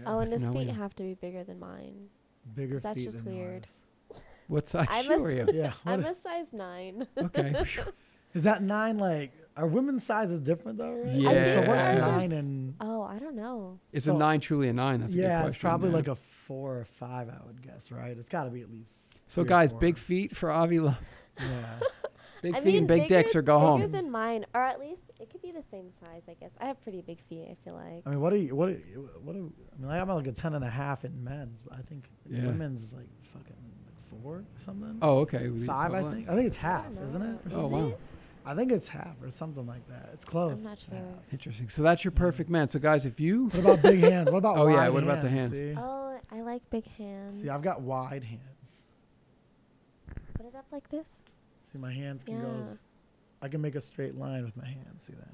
Oh, and That's his no feet way. have to be bigger than mine. bigger that's feet oh, just than weird. What size I'm shoe a- are you? yours. Yeah. what I'm is- a size nine. Okay. is that nine? Like, are women's sizes different though? Right? Yeah. I think So what's ours are nine s- and Oh, I don't know. Is a So- nine truly a nine? That's a good yeah, question. it's probably yeah. like a four or five, I would guess, right? It's got to be at least. So, three or guys, four. big feet for Avi Love. Yeah. Big I feet and mean, big bigger- dicks or go bigger home. than mine, or at least it could be the same size. I guess I have pretty big feet. I feel like. I mean, what are you? What? Are you, what? Are, I mean, like, I'm at like a ten and a half in men's, but I think Yeah. women's is like fucking like four or something. oh, okay. We- Five, I well, think. I think it's half, don't isn't it? know. Or Oh, something? wow. I think it's half or something like that. It's close. I'm not sure. Yeah. Interesting. So, that's your perfect man. So, guys, if you. What about big hands? What about Oh, yeah, wide what about the See? Oh, I like big hands. See, I've got wide hands. Put it up like this. See, my hands can go. Yeah, as- I can make a straight line with my hands. See that?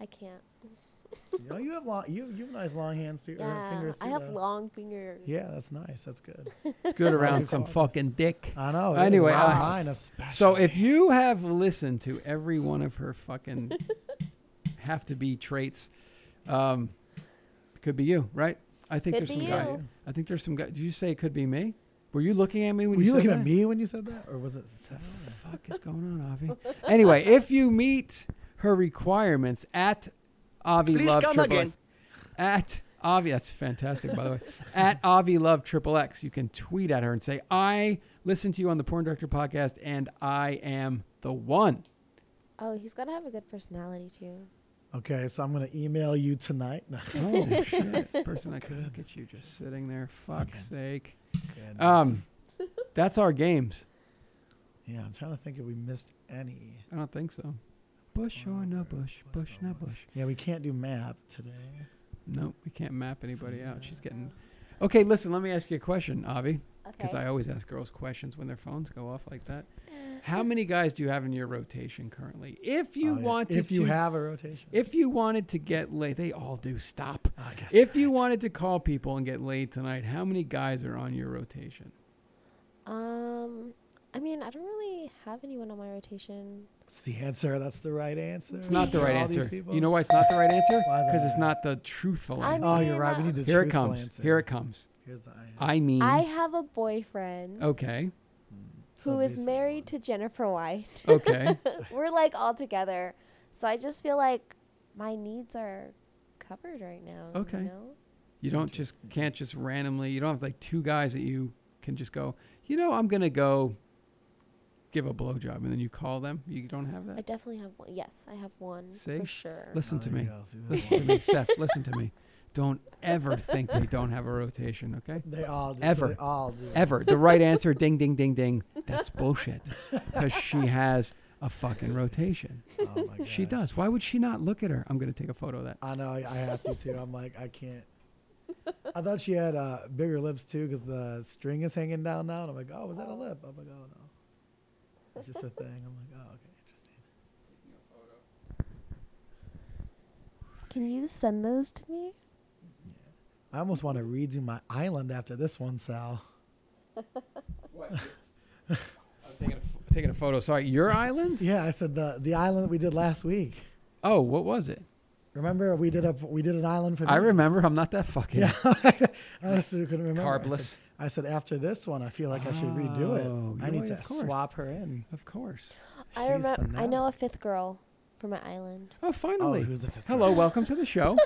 I can't. See, oh, you have long. You you have nice long hands too. Or Yeah, fingers too. I have though. long fingers. Yeah, that's nice. That's good. It's good around you some call it? fucking dick. I know. it is. Anyway, Wow, I- mine So especially. if you have listened to every one of her fucking have to be traits, um, could be you, right? I think Could there's some be guy. you. I think there's some guy. Did you say it could be me? Were you looking at me when Were you said looking that? at me when you said that, or was it? What the fuck is going on, Avi? Anyway, if you meet her requirements at Avi Please Love come Triple X, again. at Avi, that's fantastic, by the way. At Avi Love Triple X, you can tweet at her and say, "I listened to you on the Porn Director podcast, and I am the one." Oh, he's gotta have a good personality too. Okay, so I'm gonna email you tonight. No, Oh shit! Person, I could look at you just sitting there. Fuck's sake. goodness. Um, that's our games. Yeah, I'm trying to think if we missed any. I don't think so. Bush or no Bush, Bush no Bush. Yeah, we can't do map today. No, we can't map anybody out. She's getting. Okay, listen. Let me ask you a question, Avi, because Okay. I always ask girls questions when their phones go off like that. How many guys do you have in your rotation currently? If you Oh, yeah. wanted if you to, have a rotation. if you wanted to get laid, they all do. Stop. Oh, I guess If you're you right. wanted to call people and get laid tonight, how many guys are on your rotation? Um, I mean, I don't really have anyone on my rotation. It's the answer. That's the right answer. It's not the for right all these answer. people. You know why it's not the right answer? Why is Because it's that? not the truthful I'm- answer. Oh, you're right. We need the Here it truthful comes. answer. Here it comes. Here's the I I mean. I have a boyfriend okay. who is obviously married to Jennifer White. Okay. We're like all together, so I just feel like my needs are covered right now. you Okay. know? You don't just can't just randomly. You don't have like two guys that you can just go. You know, I'm gonna go give a blowjob, and then you call them. You don't have I that. definitely have one. Yes, I have one See? for sure. Listen to There you me. go. See, that's Listen to me, Seth. Listen to me. Don't ever think they don't have a rotation. Okay. They all do. Ever. So they all do. Ever the right answer? Ding, ding, ding, ding. That's bullshit. Because she has a fucking rotation. Oh my She gosh. does. Why would she not look at her? I'm gonna take a photo of that. I know. I I have to too. I'm like, I can't. I thought she had uh, bigger lips too because the string is hanging down now. And I'm like, oh, was that a lip? I'm like, oh no. It's just a thing. I'm like, oh, okay, interesting. Can you send those to me? I almost want to redo my island after this one, Sal. Taking a, taking a photo. Sorry, your island. Yeah, I said the the island that we did last week. Oh, what was it? Remember we did a we did an island for I me? remember. I'm not that fucking Yeah, honestly, couldn't remember. I said- carbless. I said, after this one, I feel like I should redo it. Oh, I yeah, need of to course. swap her in. Of course. I She's remember. I phenomenal. know a fifth girl from my island. Oh, finally. who's the fifth Hello, welcome to the show.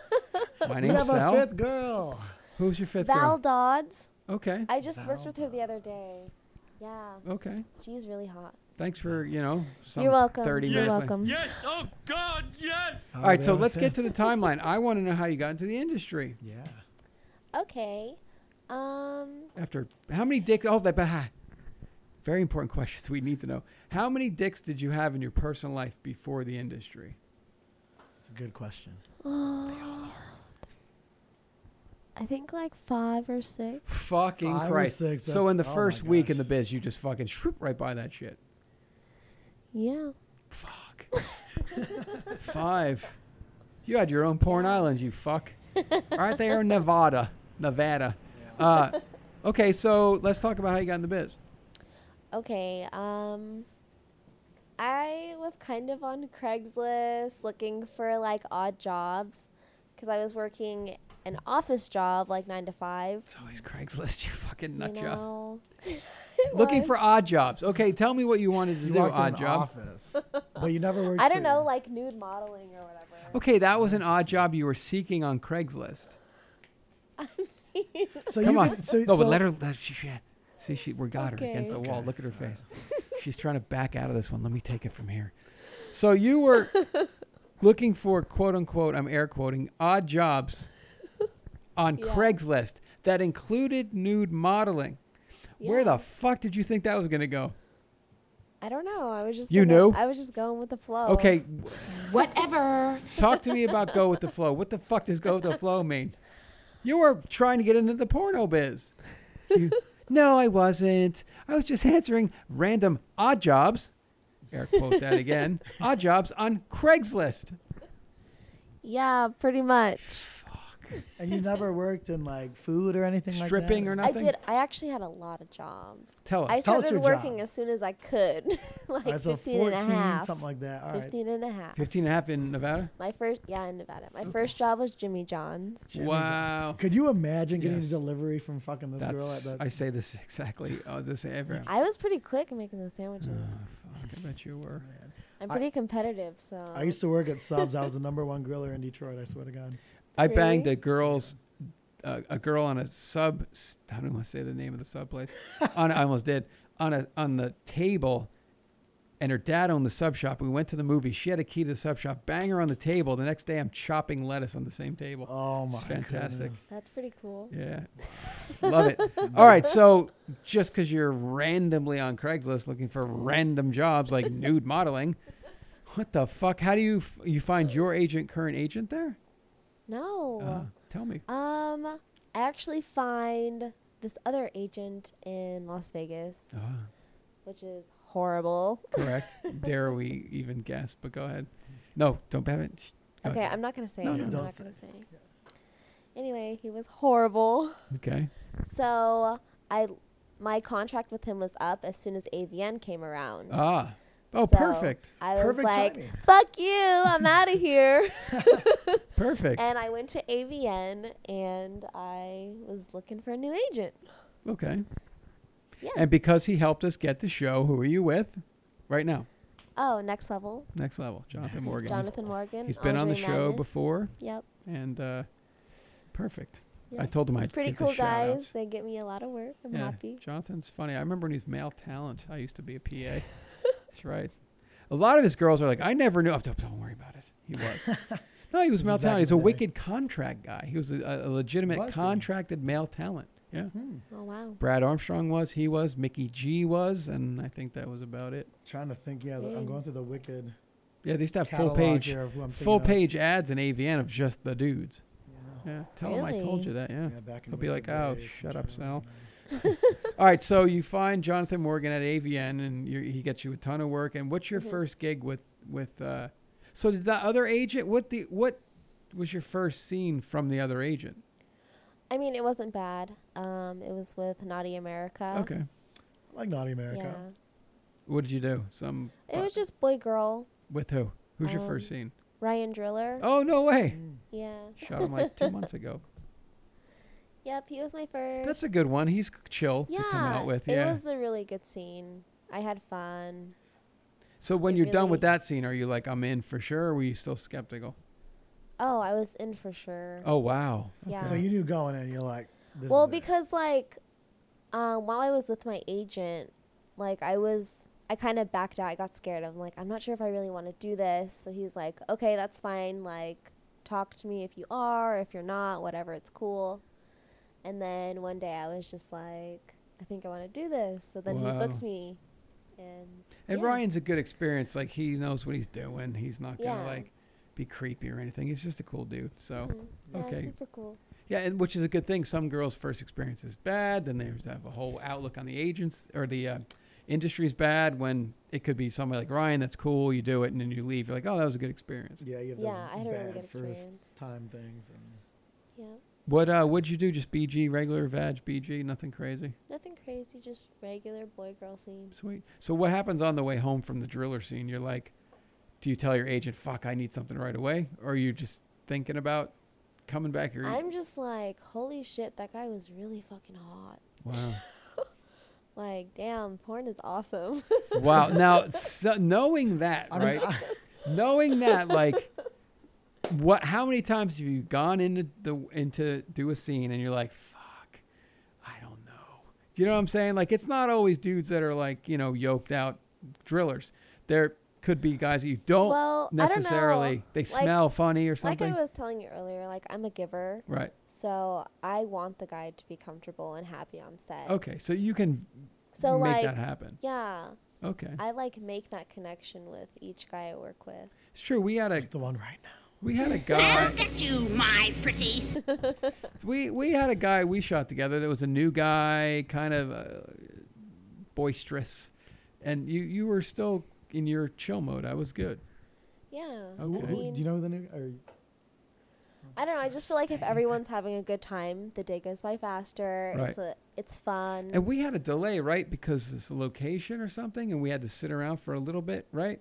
My we have name's Sal. a fifth girl. Who's your fifth girl? Val Dodds. Okay. I just worked with her the other day. Yeah, Okay. she's really hot. Thanks for, you know, some You're welcome. 30 You're minutes. late. welcome. Yes. Oh God. Yes. All right, Oh, so let's get to the timeline. I want to know how you got into the industry. Yeah. Okay. Um. After how many dicks? Oh, that. bah. Very important questions we need to know. How many dicks did you have in your personal life before the industry? It's a good question. I think like five or six. Fucking Five or Christ. six, so in the that's- oh my first week in gosh. the biz, you just fucking shroop right by that shit. Yeah. Fuck. Five. You had your own porn island, you fuck. Aren't they in Nevada? Nevada. Uh, okay, so let's talk about how you got in the biz. Okay. Um. I was kind of on Craigslist looking for like odd jobs, because I was working an office job like nine to five. It's always Craigslist, you fucking nut you job. know. Looking was. for odd jobs. Okay, tell me what you wanted to You do. worked in Odd an job. office, but you never worked. I don't for- know, like nude modeling or whatever. Okay, that was an odd job you were seeking on Craigslist. So Come you on. Could, so, no, so but let her. Let, she, she, see, she we got her against the Okay. wall. Look at her face. She's trying to back out of this one. Let me take it from here. So you were looking for quote unquote. I'm air quoting odd jobs on Yeah. Craigslist that included nude modeling. Where Yeah. the fuck did you think that was gonna go? I don't know. I was just You gonna- knew? I was just going with the flow. Okay. Whatever. Talk to me about go with the flow. What the fuck does go with the flow mean? You were trying to get into the porno biz. You- no, I wasn't. I was just answering random odd jobs. Air quote that again. Odd jobs on Craigslist. Yeah, pretty much. and you never worked in like food or anything like that. Stripping or I nothing. did. I actually had a lot of jobs. Tell us. I tell us started your working jobs. as soon as I could, like All right, so 15 and a half. something like that. All right. 15 and a half. 15 and a half in Nevada. My first, yeah, in Nevada. My first job was Jimmy John's. Wow. Could you imagine getting Yes. a delivery from fucking this girl at That's, that? I say this exactly. Oh, this ever. I was pretty quick in making those sandwiches. I bet you were. I'm I- pretty competitive, so. I used to work at Subs. I was the number one griller in Detroit. I swear to God. I banged Really? a girl's, uh, a girl on a sub. I don't want to say the name of the sub place. on I almost did on a on the table and her dad owned the sub shop. We went to the movie. She had a key to the sub shop. Bang her on the table. The next day, I'm chopping lettuce on the same table. Oh my It's fantastic. That's pretty cool. Yeah, love it. All right, so just because you're randomly on Craigslist looking for random jobs like nude modeling, what the fuck? How do you f- you find your agent, current agent there? No. Uh, tell me. Um, I actually find this other agent in Las Vegas, Ah, which is horrible. correct. Dare we even guess? But go ahead. No, don't have it. Sh- go Okay, ahead. I'm not gonna say. No, it. no, I'm don't not say gonna say. Anyway, he was horrible. Okay. So I, my contract with him was up as soon as AVN came around. Ah. Oh, So perfect. I was Perfect like, timing. "Fuck you! I'm out of here." Perfect. and I went to AVN and I was looking for a new agent. Okay. Yeah. And because he helped us get the show, who are you with? Right now, oh, next level. next level, Jonathan Morgan. He's- Jonathan Morgan. he's been on the Andre show Madness. before, Yep. and uh, perfect. Yeah. I told him I Pretty cool guys. They get me a lot of work. I'm yeah, happy. Jonathan's funny. I remember when he was male talent. I used to be a PA. That's right. A lot of his girls are like, I never knew. Oh, don't, don't worry about it. He was. No, he was This male is back talent. in He's the a day. wicked contract guy. He was a, a legitimate Was he? contracted male talent. Yeah. Hmm. Oh wow. Brad Armstrong was, he was, Mickey G was, and I think that was about it. Trying to think. Yeah, Dang. I'm going through the wicked Yeah, they used to have full catalog page here of who I'm thinking full of. page ads in AVN of just the dudes. Yeah, tell them I told Really? you that. Yeah, Yeah, back in they'll the be like, wicked "Oh, days, shut I'm up, trying to Sal." All right, so you find Jonathan Morgan at AVN, and you he gets you a ton of work. And what's Mm-hmm. your first gig with with? Uh, so did that other agent? What the what was your first scene from the other agent? I mean, it wasn't bad. Um, it was with Naughty America. okay, I like Naughty America. what did you do? Some Yeah. It was just boy girl. with who? Who's your um, Mm. first scene? Ryan Driller. Oh no way! Yeah. Shot him like two months ago. Yep. He was my first. That's a good one. He's chill yeah. to come out with. Yeah. It was a really good scene. I had fun. so when it you're done with really- that scene, are you like, "I'm in for sure"? Or were you still skeptical? Oh, I was in for sure. Oh wow. yeah. So you knew going in, you're like, this well, is it. because like, um, while I was with my agent, like I was, I kind of backed out. I got scared. I'm like, I'm not sure if I really want to do this. So he's like, okay, that's fine. Like, talk to me if you are, if you're not, whatever. It's cool. And then one day I was just like, I think I want to do this. So then Wow. he booked me, and And yeah. Ryan's a good experience. Like he knows what he's doing. He's not gonna Yeah. like be creepy or anything. He's just a cool dude. So Mhm. Yeah, okay. super cool. yeah, and which is a good thing. Some girls' first experience is bad. Then they have a whole outlook on the agents or the uh, industry's bad. When it could be somebody like Ryan that's cool. You do it and then you leave. You're like, oh, that was a good experience. Yeah, you have Yeah, I had a those really bad good first experience. time things. And Yeah, What uh, what'd you do? Just BG, regular vag, BG, nothing crazy. nothing crazy, just regular boy girl scene. Sweet. So what happens on the way home from the driller scene? You're like, do you tell your agent, "Fuck, I need something right away," or are you just thinking about coming back here? I'm just like, holy shit, that guy was really fucking hot. Wow. Like, damn, porn is awesome. wow. Now, so knowing that, I mean, right? knowing that, like, what? How many times have you gone into the into do a scene and you're like, "Fuck, I don't know." You know what I'm saying? Like, it's not always dudes that are like, you know, yoked out drillers. There could be guys that you don't Well, I don't know. necessarily. They Like- smell funny or like I something. was telling you earlier, like I'm a giver, right. so I want the guy to be comfortable and happy on set. Okay. So you can So Oh, make like, that happen. yeah, Okay. I like make that connection with each guy I work with. It's true. We had a the one right now. we had a guy. you, my pretty. we we had a guy we shot together that was a new guy, kind of uh, boisterous, and you you were still in your chill mode. I was good. Yeah. Who- Okay. I who- mean, do you know who the new? Or, I don't know. I just feel like if everyone's having a good time, the day goes by faster. Right. It's a, it's fun. And we had a delay, right, because it's a location or something, and we had to sit around for a little bit, right?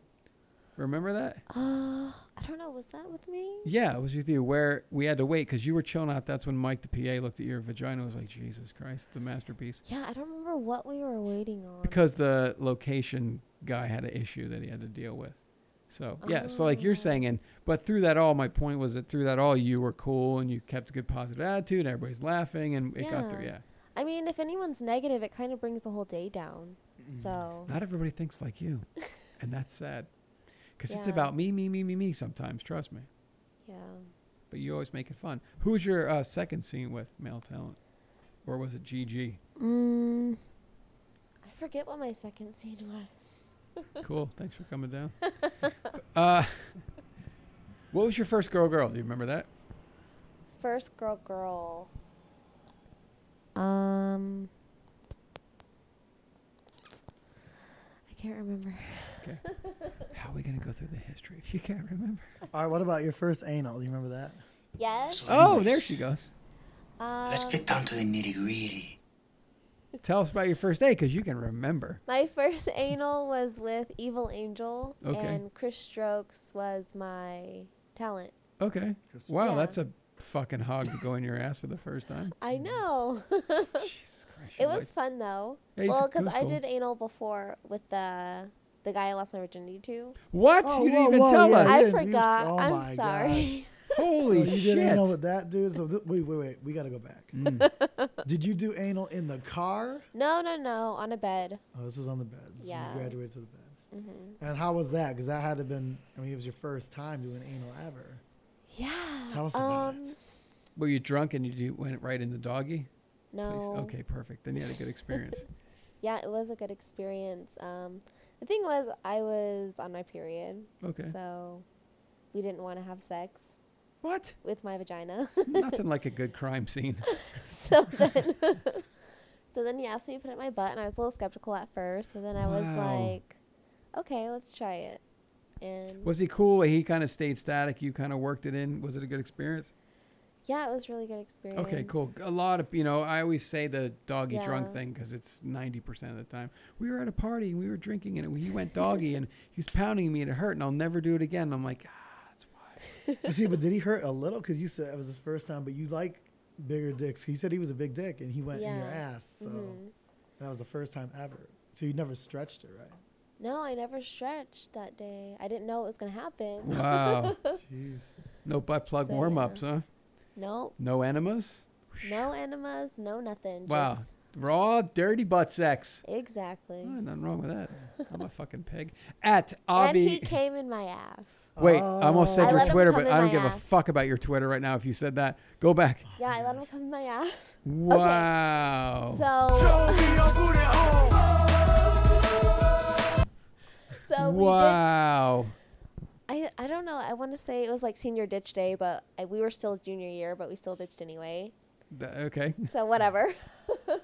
Remember that? Uh, I don't know. Was that with me? Yeah, it was with you where we had to wait because you were chilling out. That's when Mike, the PA, looked at your vagina and was like, "Jesus Christ, it's a masterpiece." Yeah, I don't remember what we were waiting on. Because the location guy had an issue that he had to deal with. So yeah, so like you're saying, and but through that all, my point was that through that all, you were cool and you kept a good positive attitude. And everybody's laughing, and it got through. Yeah, Yeah. I mean, Mm. if anyone's negative, it kind of brings the whole day down. So not everybody thinks like you. and that's sad because it's Yeah. about me, me, me, me, me. Sometimes, trust me. Yeah. But you always make it fun. Who was your uh, second scene with male talent, or was it GG? Mm, I forget what my second scene was. Cool. Thanks for coming down. uh, what was your first girl? Girl? Do you remember that? First girl, girl. Um, I can't remember. Okay. How are we gonna go through the history if you can't remember? All right, what about your first anal? Do you remember that? Yes. Oh, there she goes. Um, Let's get down to the nitty gritty. Tell us about your first date because you can remember. my first anal was with Evil Angel, Okay. and Chris Strokes was my talent. Okay. Wow, Yeah. that's a fucking hog to go in your ass for the first time. I know. Jesus Christ. it you're was like- fun though. Yeah, he's- well, it because was I cool. did anal before with the the guy I lost my virginity to. What? Oh, you didn't whoa, even whoa, tell yeah, us. you I didn't- you- forgot. oh I'm my sorry. Holy so you shit. did anal with that dude. So th- wait, wait, wait. We gotta go back. Mm. did you do anal in the car? No, no, no. On a bed. Oh, this was on the bed. This was when you Yeah. Mm-hmm. graduated to the bed. And how was that? Because that had to been. I mean, it was your first time doing anal ever. Yeah. um, Tell us about it. Were you drunk and you d- went right into doggy? No. Please? Okay, perfect. Then you had a good experience. Yeah, it was a good experience. Um, the thing was, I was on my period, Okay. so we didn't want to have sex What? with my vagina. Nothing like a good crime scene. so then, so then he asked me to put it in my butt, and I was a little skeptical at first, but then I was Wow. like, "Okay, let's try it." And Was he cool? He kind of stayed static. You kind of worked it in. Was it a good experience? yeah, it was a really good experience. Okay, cool. A lot of you know, I always say the doggy drunk Yeah. thing because it's ninety percent of the time. We were at a party and we were drinking and he went doggy and he's pounding me and it hurt and I'll never do it again. And I'm like, ah, that's why. You see, but did he hurt a little? Because you said it was his first time, but you like bigger dicks. He said he was a big dick, and he went in your Yeah. Mm-hmm. ass. So and that was the first time ever. So you never stretched it, right? No, I never stretched that day. I didn't know it was gonna happen. Wow. No butt plug So, warm ups, huh? nope, No enemas. no enemas, no nothing. Wow. Just Raw, dirty butt sex. exactly. Oh, nothing wrong with that. I'm a fucking pig. At And he Avi. came in my ass. Wait, I almost said I your let him Twitter, come but in I don't my give a ass. fuck about your Twitter right now if you said that. Go back. Yeah, I let him come in my ass. Wow. So, so we ditched. wow. I, I don't know. I want to say it was like senior ditch day, but I, we were still junior year, but we still ditched anyway. Th- okay. So whatever.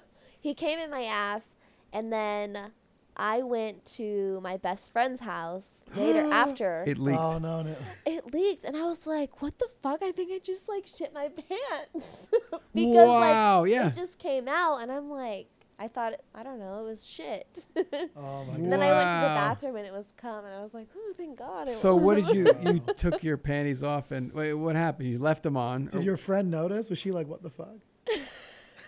he came in my ass, and then I went to my best friend's house later after. It leaked. Oh no, no. it leaked and i was like what the fuck i think i just like shit my pants Wow, like yeah. it just came out and i'm like i thought it, i don't know it was shit Oh my and then i went to the Wow. bathroom and it was cum and i was like oh thank god it So was. what did you? You took your panties off and wait. What happened? You left them on. Oh, or- Did your friend notice? Was she like, "What the fuck"?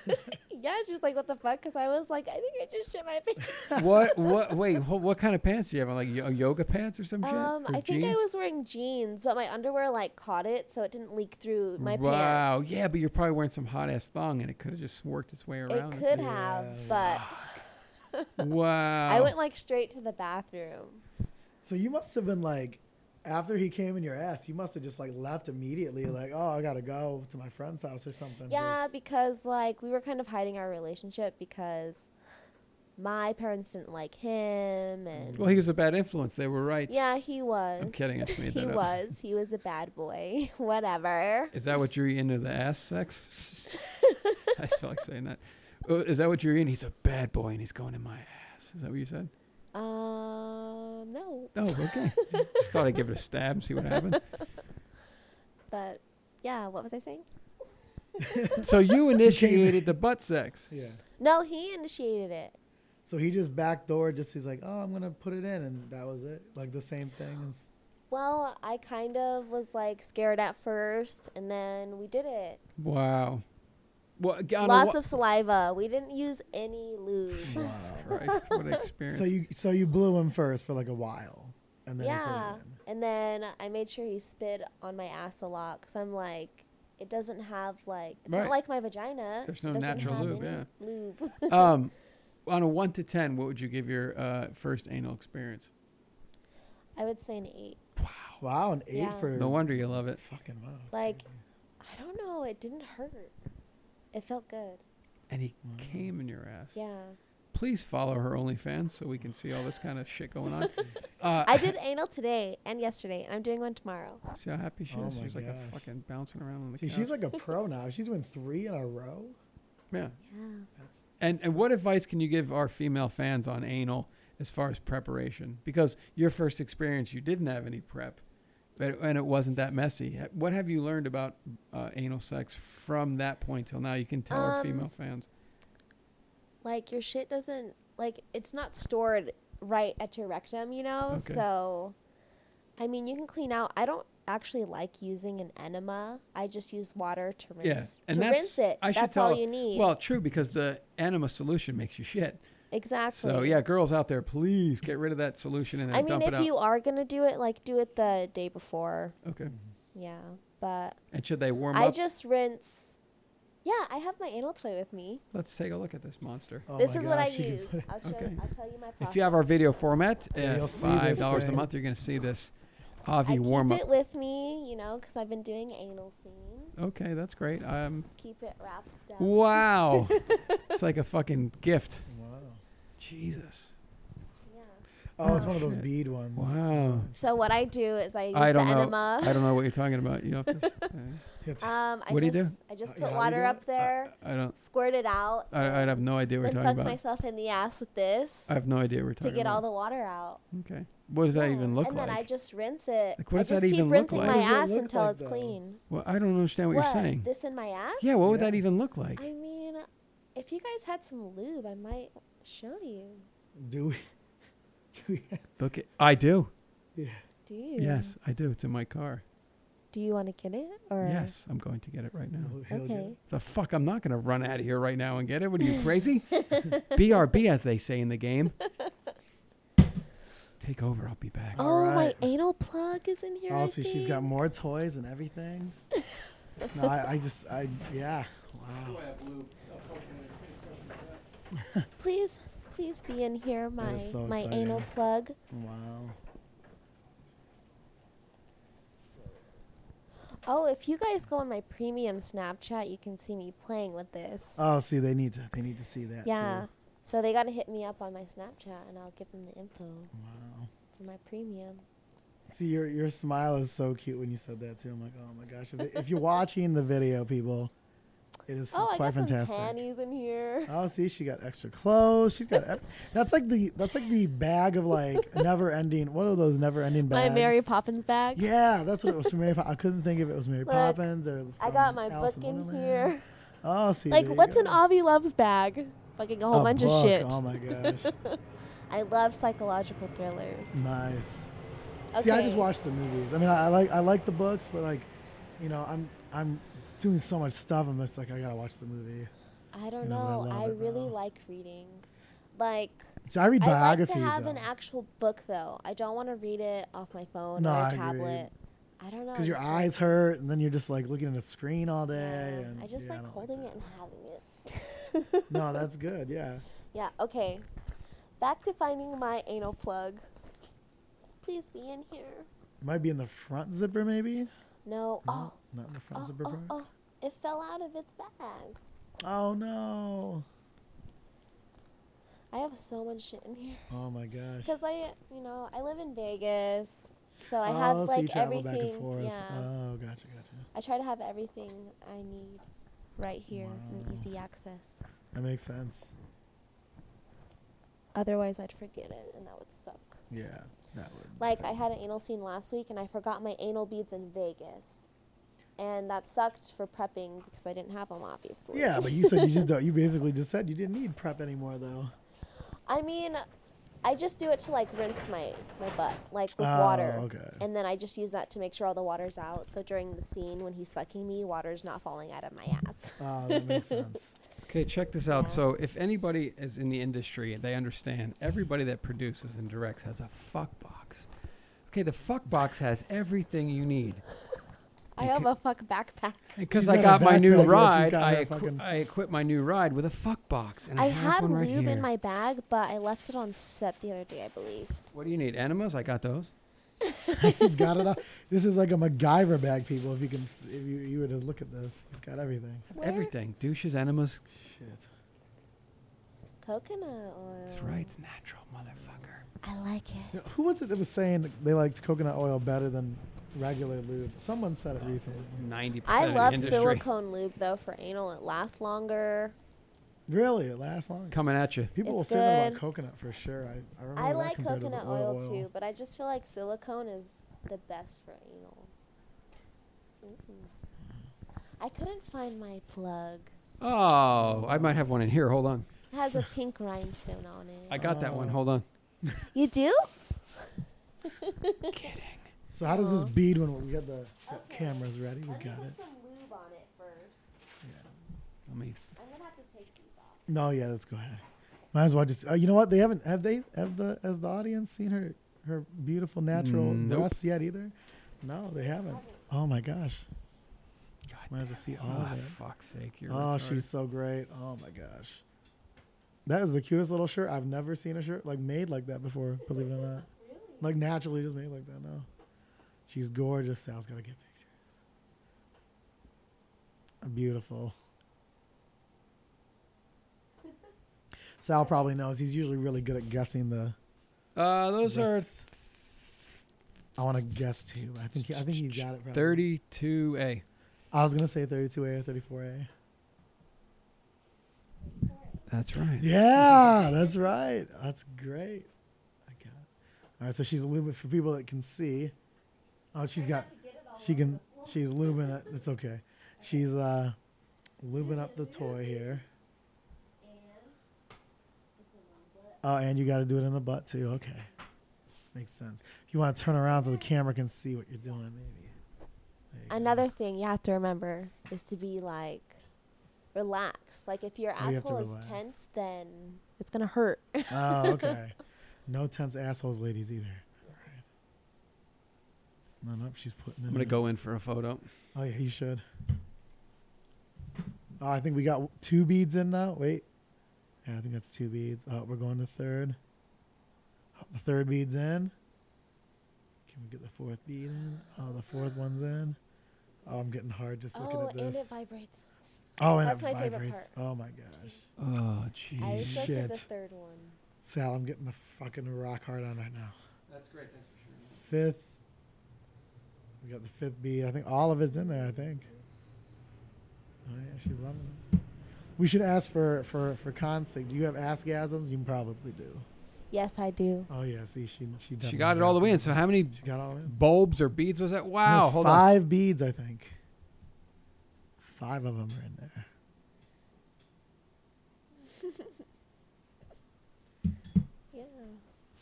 yeah she was like what the fuck because i was like i think i just shit my pants what? What? Wait. wh- What kind of pants do you have? on? Like yo- yoga pants or some shit? um Or i think i jeans? was wearing jeans but my underwear like caught it so it didn't leak through my wow. pants Yeah, but you're probably wearing some hot ass thong, and it could have just worked its way it around. could have but Wow. i went like straight to the bathroom So you must have been like, after he came in your ass, you must have just like left immediately. Like, oh, I gotta go to my friend's house or something. Mm-hmm. Yeah, 'cause- because like we were kind of hiding our relationship because my parents didn't like him and well, he was a bad influence. They were right. yeah, he was. I'm kidding. I just made he that up. was. He was a bad boy. Whatever. Is that what you're into the ass sex? I just feel like saying that. Oh, Is that what you're in? He's a bad boy and he's going in my ass. Is that what you said? Um, no, Oh, okay. just thought I'd give it a stab and see what happened. but yeah, what was I saying? So you initiated the butt sex. Yeah. No, he initiated it. So he just backdoored. Just he's like, oh, I'm gonna put it in, and that was it. Like the same thing. As, Well, I kind of was like scared at first, and then we did it. Wow. Well, g- on a Lots wa- of saliva. We didn't use any lube. Jesus Christ, what an experience. so you so you blew him first for like a while, and then he put it Yeah. in. And then I made sure he spit on my ass a lot because I'm like, it doesn't have like, it's Right. not like my vagina. There's It no doesn't natural have lube, any yeah. Lube. um, on a one to ten, what would you give your uh, first anal experience? I would say an eight. Wow, an eight Yeah. for No wonder you love it. fucking wow. that's Like, crazy. I don't know. It didn't hurt. It felt good. And he came in your ass. Yeah. Please follow her OnlyFans so we can see all this kind of shit going on. I did anal today and yesterday, and I'm doing one tomorrow. See how happy she Oh is? my She's like a gosh. fucking bouncing around on the See, couch. she's like a pro now. She's doing three in a row. yeah. Yeah. And and what advice can you give our female fans on anal as far as preparation? Because your first experience, you didn't have any prep, but and it wasn't that messy. Ha- What have you learned about uh, anal sex from that point till now? You can tell our Um, female fans. Like your shit doesn't like it's not stored right at your rectum, you know. Okay. So, I mean, you can clean out. I don't actually like using an enema. I just use water to rinse. Yeah, and to that's rinse it. I should that's tell, all you need. Well, true because the enema solution makes you shit. exactly. So yeah, girls out there, please get rid of that solution and then I mean, dump it if out. you are gonna do it, like do it the day before. okay. Yeah, but And should they warm I up? just rinse. Yeah, I have my anal toy with me. Let's take a look at this monster. Oh this my is what I gosh, she could use. put it- I'll, show Okay. I'll tell you my process. If you have our video format, Yeah, uh, you'll see five this dollars a thing. month, you're gonna see this I Avi keep warm up. it with me, you know, because I've been doing anal scenes. Okay, that's great. Um, Keep it wrapped up. wow, it's like a fucking gift. Wow. Jesus. Yeah. Oh, it's one of those Shit. bead ones. Wow. So what I do is I use I don't the know. enema. I don't know what you're talking about. You have to. uh, It's- um, I What do you just, do? I just Uh, put how you water do up it? there, I don't. squirt it out, I, I have no idea what then you're fuck talking about. myself in the ass with this I have no idea what you're to talking get all about. the water out. okay. What does that Yeah, even look and like? then I just rinse it. Like, what I does just that keep even look rinsing like? my What does it ass look until like, it's though? clean. well, I don't understand what, you're saying. This in my ass? Yeah. What would Yeah. that even look like? I mean, if you guys had some lube, I might show you. Do we? Do we? Look. At, I do. Yeah. Do you? Yes, I do. It's in my car. Do you want to get it? Or Yes, I'm going to get it right now. he'll- he'll get Okay. it. The fuck, I'm not going to run out of here right now and get it. What are you, crazy? BRB, as they say in the game. Take over, I'll be back. oh, Alright. my anal plug is in here. I Oh, see, she's got think. more toys and everything. no, I, I just, I, yeah. Wow. Please, please be in here, my is so my anal exciting. plug. Wow. Oh, if you guys go on my premium Snapchat, you can see me playing with this. Oh, see, they need to, they need to see that yeah. too. So they gotta hit me up on my Snapchat, and I'll give them the info Wow. for my premium. See, your your smile is so cute when you said that too. I'm like, oh my gosh. If, if you're watching the video, people, it is Oh, I quite got fantastic. some panties in here. Oh, see, she got extra clothes. She's got. ev- that's like the that's like the bag of like never ending. What are those never ending My bags? Mary Poppins bag. Yeah, that's what it was from Mary Poppins. I couldn't think if it was Mary Look, Poppins or. I from got my Alice book in Wonderland. here. Oh, see. Like, there you what's go. an Avi Loves bag? Fucking a whole A bunch book. of shit. Oh my gosh, I love psychological thrillers. Mm. nice. See, I just Okay. watched the movies. I mean, I, I like I like the books, but like, you know, I'm I'm doing so much stuff. I'm just like, I gotta watch the movie. I don't You know, know. but I I, love it, really though. like reading. Like, So I read I like biographies. to have an though. actual book, though. I don't want to read it off my phone No, or I a agree. tablet. I don't know. I because your just like- eyes hurt, and then you're just like looking at a screen all day. Yeah, And I just yeah, like don't holding that. it and having it. No, that's good. Yeah. Yeah, okay. Back to finding my anal plug. Please be in here. It might be in the front zipper, maybe. No. Oh, Not in the front oh, zipper. oh, part? Oh, oh. It fell out of its bag. no. I have so much shit in here. Oh my gosh. Because I, you know, I live in Vegas, so I oh, have so you like travel everything. back and forth. Yeah, Oh, gotcha, gotcha. I try to have everything I need right here in Wow. easy access. That makes sense. Otherwise, I'd forget it, and that would suck. Yeah, that would. Like that I would- had an anal scene last week, and I forgot my anal beads in Vegas, and that sucked for prepping because I didn't have them, obviously. Yeah, but you said you just don't. You basically just said you didn't need prep anymore, though. I mean, I just do it to like rinse my my butt, like with Oh, water. okay. And then I just use that to make sure all the water's out. So during the scene when he's fucking me, water's not falling out of my ass. Oh, that makes sense. Okay, check this out. So, if anybody is in the industry, they understand everybody that produces and directs has a fuck box. Okay, the fuck box has everything you need. I have a fuck backpack. Because She's I got got a my backpack, yeah, new she's ride, got I, her equi- fucking- I equip my new ride with a fuck box, and I, I have had one right lube here. in my bag, but I left it on set the other day, I believe. what do you need? Enemas? I got those. He's got it all. This is like a MacGyver bag, people. If you can, s- if you, you were to look at this, he's got everything. Where- Everything. Douches, enemas. Shit. Coconut oil. That's right. It's natural, motherfucker. I like it. Who was it that was saying they liked coconut oil better than regular lube? Someone said it recently. 90% I of the love industry. silicone lube though for anal. It lasts longer. Really, it lasts long. Coming at you. People will It's say that good. about coconut for sure. I, I, remember I Oh, that like compared to the coconut oil, too, but I just feel like silicone is the best for anal. Ooh. I couldn't find my plug. Oh, I might have one in here. Hold on. It has a pink rhinestone on it. I got that Oh. one. Hold on. you do? Kidding. So how does this bead when we got the got cameras ready? We got it. some lube on it first. Let me. I'm gonna have to take these off. No, yeah, let's go ahead. Might as well just. Uh, you know what? They haven't. Have they? Have the has the audience seen her her beautiful natural Nope. breasts yet either? No, they haven't. Oh my gosh. God Might have to see all Oh, of it. fuck's sake. You're Oh, retarded. she's so great. Oh my gosh. That is the cutest little shirt. I've never seen a shirt like made like that before, believe it or not. Like naturally just made like that, no. She's gorgeous. Sal's gotta get pictures. Beautiful. Sal probably knows. He's usually really good at guessing the Uh, those are Wrists. I wanna guess too. but I think he, I think he got it probably. 32A. I was gonna say thirty two A or thirty four A. That's right. Yeah, that's right. That's great. I got it. All right, so she's luming for people that can see. Oh, she's got. She can. She's lubing it. It's okay. She's uh, lubing up the toy here. Oh, and you got to do it in the butt too. Okay, this makes sense. If you want to turn around so the camera can see what you're doing, maybe. Another thing you have to remember is to be like relaxed. Like if your Oh, you have to asshole is relax. tense, then it's gonna hurt. Oh, okay. no tense assholes, ladies either. All right. No, no, she's putting. it I'm going to in. go in for a photo. Oh yeah, you should. Oh, I think we got w- two beads in now. Wait, yeah, I think that's two beads. Oh, we're going to third. Oh, the third bead's in. Can we get the fourth bead in? Oh, the fourth one's in. Oh, I'm getting hard just looking oh, at and it this. vibrates. oh, and That's it my favorite vibrates. Oh my gosh, Oh, I jeez. would go to Shit. the third one. Sal, I'm getting the fucking rock hard on right now. That's great. Thanks for sharing. Fifth. We got the fifth bead. I think all of it's in there. I think. Oh yeah, she's loving it. We should ask for for for consig. Do you have askgasms? You probably do. Yes, I do. Oh yeah, see she she. She definitely got it has all the way in. So how many She got all the way. In. bulbs or beads was that? Wow. There's Hold on. five beads, I think. Five of them are in there. Yeah.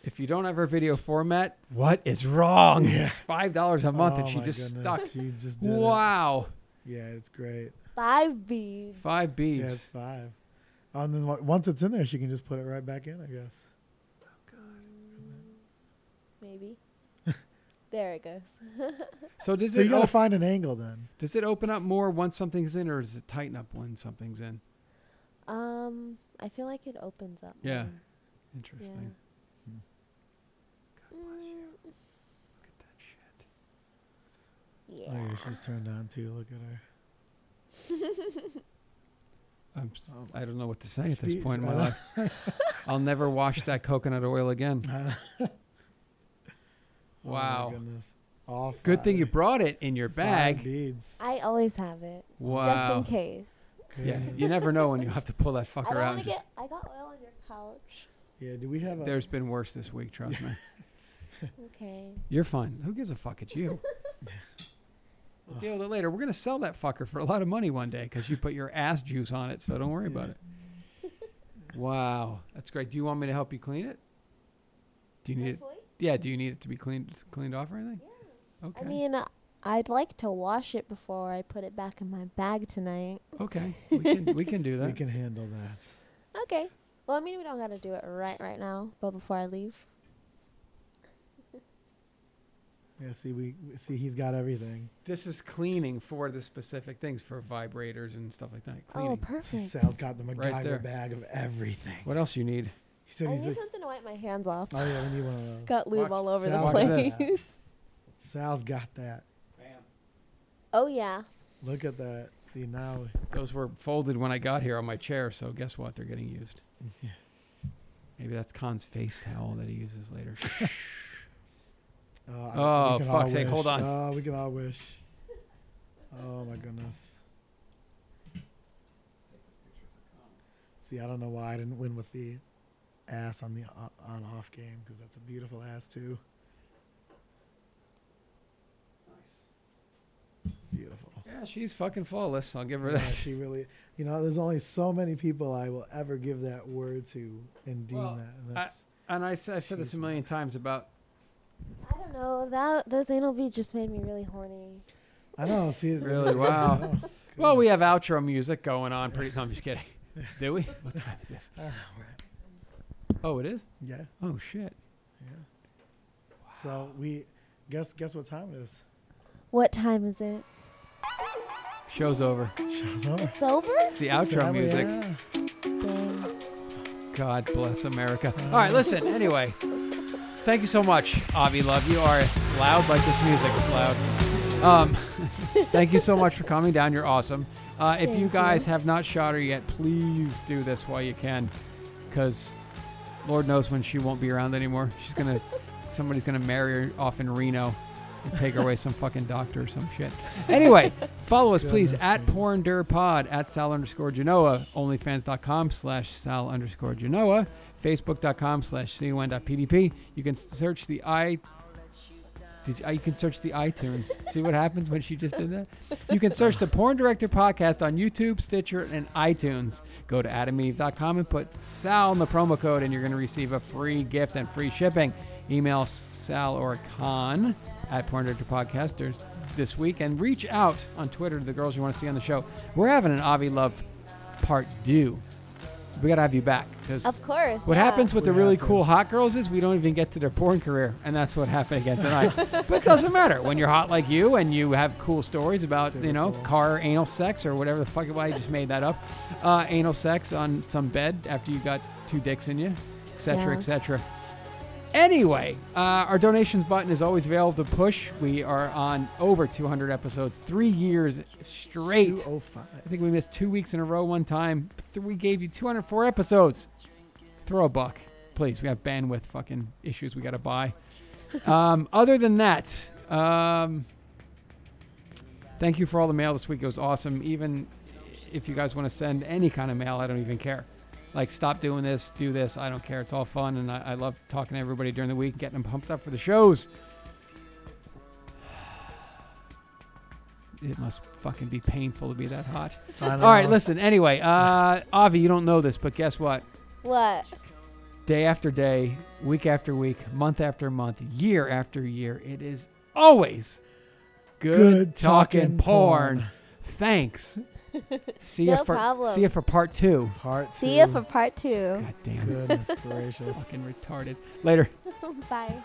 If you don't have her video format, what is wrong? Yeah. It's five dollars a month, and Oh, she my just goodness, stuck. She just did it. Wow. Yeah, it's great. Five beads. Five Yeah, it's beads. five. Oh, and then wa- once it's in there, she can just put it right back in, I guess. Maybe. there it goes. So does So you it gotta op- find an angle then. does it open up more once something's in, or does it tighten up when something's in? Um, I feel like it opens up. Yeah. more. Interesting. Mm, Look at that shit. yeah. Oh yeah, she's turned on too. Look at her. I'm s- I don't know what to say at this Speaks, point in my I life. I'll never wash that coconut oil again. Oh my Wow. goodness. All Good thing you five- brought it in your five bag. beads. I always have it. Just Wow. in case. Yeah, you never know when you have to pull that I fucker don't out. want and to just- get. I got oil on your couch. Yeah. Do we have a? There's been worse this week, trust me. Okay. You're fine. Who gives a fuck? It's you. We'll deal with it later. We're gonna sell that fucker for a lot of money one day because you put your ass juice on it. So don't worry about it. Wow, that's great. Do you want me to help you clean it? Do you need it? Yeah. Do you need it to be cleaned cleaned off or anything? Okay. I mean, uh, I'd like to wash it before I put it back in my bag tonight. okay. We can we can do that. we can handle that. Okay. Well, I mean, we don't gotta do it right right now, but before I leave. Yeah. See, we we- see. He's got everything. This is cleaning for the specific things for vibrators and stuff like that. Cleaning. Oh, perfect. Sal's got the Right MacGyver there. bag of everything. what else you need? He said I he's need like, something to wipe my hands off. oh yeah, we need one of those. Got lube Watch- all over the Sal watch place. got that. Sal's got that. Oh yeah. Look at that. See now. Those were folded when I got here on my chair, so guess what? They're getting used. Yeah. Maybe that's Khan's face towel that he uses later. Oh, I- Oh, we can fuck's all sake, wish. hold on. Oh, we can all wish. Oh my goodness. See, I don't know why I didn't win with the ass on the o- on off game because that's a beautiful ass too. Beautiful. yeah, she's fucking flawless. I'll give her Yeah, that. she really, you know, there's only so many people I will ever give that word to and deem that. Well, I- And that's, And I, s- I said this She's a million times about I don't know. That those anal beads just made me really horny. I, know. See, Really? Wow. Oh, Well, we have outro music going on. Pretty. No, I'm just kidding. Do we? What time is it? Ah, Oh, it is. Yeah. Oh shit. So we guess guess what time it is. What time is it? Show's over. Show's over. It's over? It's the outro Sadly, music. yeah. Dang. God bless America. All right, listen. Anyway, thank you so much, Avi. Love you are loud like this music is loud. Um, thank you so much for coming down. You're awesome. Uh, if Thank you you. guys have not shot her yet, please do this while you can, because Lord knows when she won't be around anymore. She's gonna, somebody's gonna marry her off in Reno and take her away some fucking doctor or some shit. Anyway, follow us please Goodness at gracious. Porn Pod at Sal underscore Genoa, OnlyFans.com slash Sal underscore Genoa, Facebook.com slash CUN.PDP. You can search the i. Did you, uh, you can search the iTunes. See what happens when she just did that? You can search the Porn Director Podcast on YouTube, Stitcher, and iTunes. Go to adameve.com and put Sal in the promo code, and you're going to receive a free gift and free shipping. Email Sal or Con at Porn Director Podcast dur- this week and reach out on Twitter to the girls you want to see on the show. We're having an Avi Love part due. We got to have you back because Of course. what yeah. happens with We the really have to. cool hot girls is we don't even get to their porn career, and that's what happened again tonight. but it doesn't matter when you're hot like you and you have cool stories about Super you know cool. car anal sex or whatever the fuck. Why I just made that up? Uh, anal sex on some bed after you got two dicks in you, etc. Yeah. etc. Anyway, uh, our donations button is always available to push. We are on over 200 episodes, three years straight. 205. I think we missed two weeks in a row one time. Th- We gave you 204 episodes. Throw a buck, please. We have bandwidth fucking issues we got to buy. Um, other than that, um, thank you for all the mail this week. It was awesome. Even if you guys want to send any kind of mail, I don't even care. Like, stop doing this, do this. I don't care. It's all fun. And I, I love talking to everybody during the week, getting them pumped up for the shows. It must fucking be painful to be that hot. I know. All right, listen. Anyway, uh, Avi, you don't know this, but guess what? What? Day after day, week after week, month after month, year after year, it is always good, Good talking, talking porn. porn. Thanks. See you No for problem. see you for part two. Part two. See you for part two. God damn, Goodness gracious. fucking retarded. Later. Bye.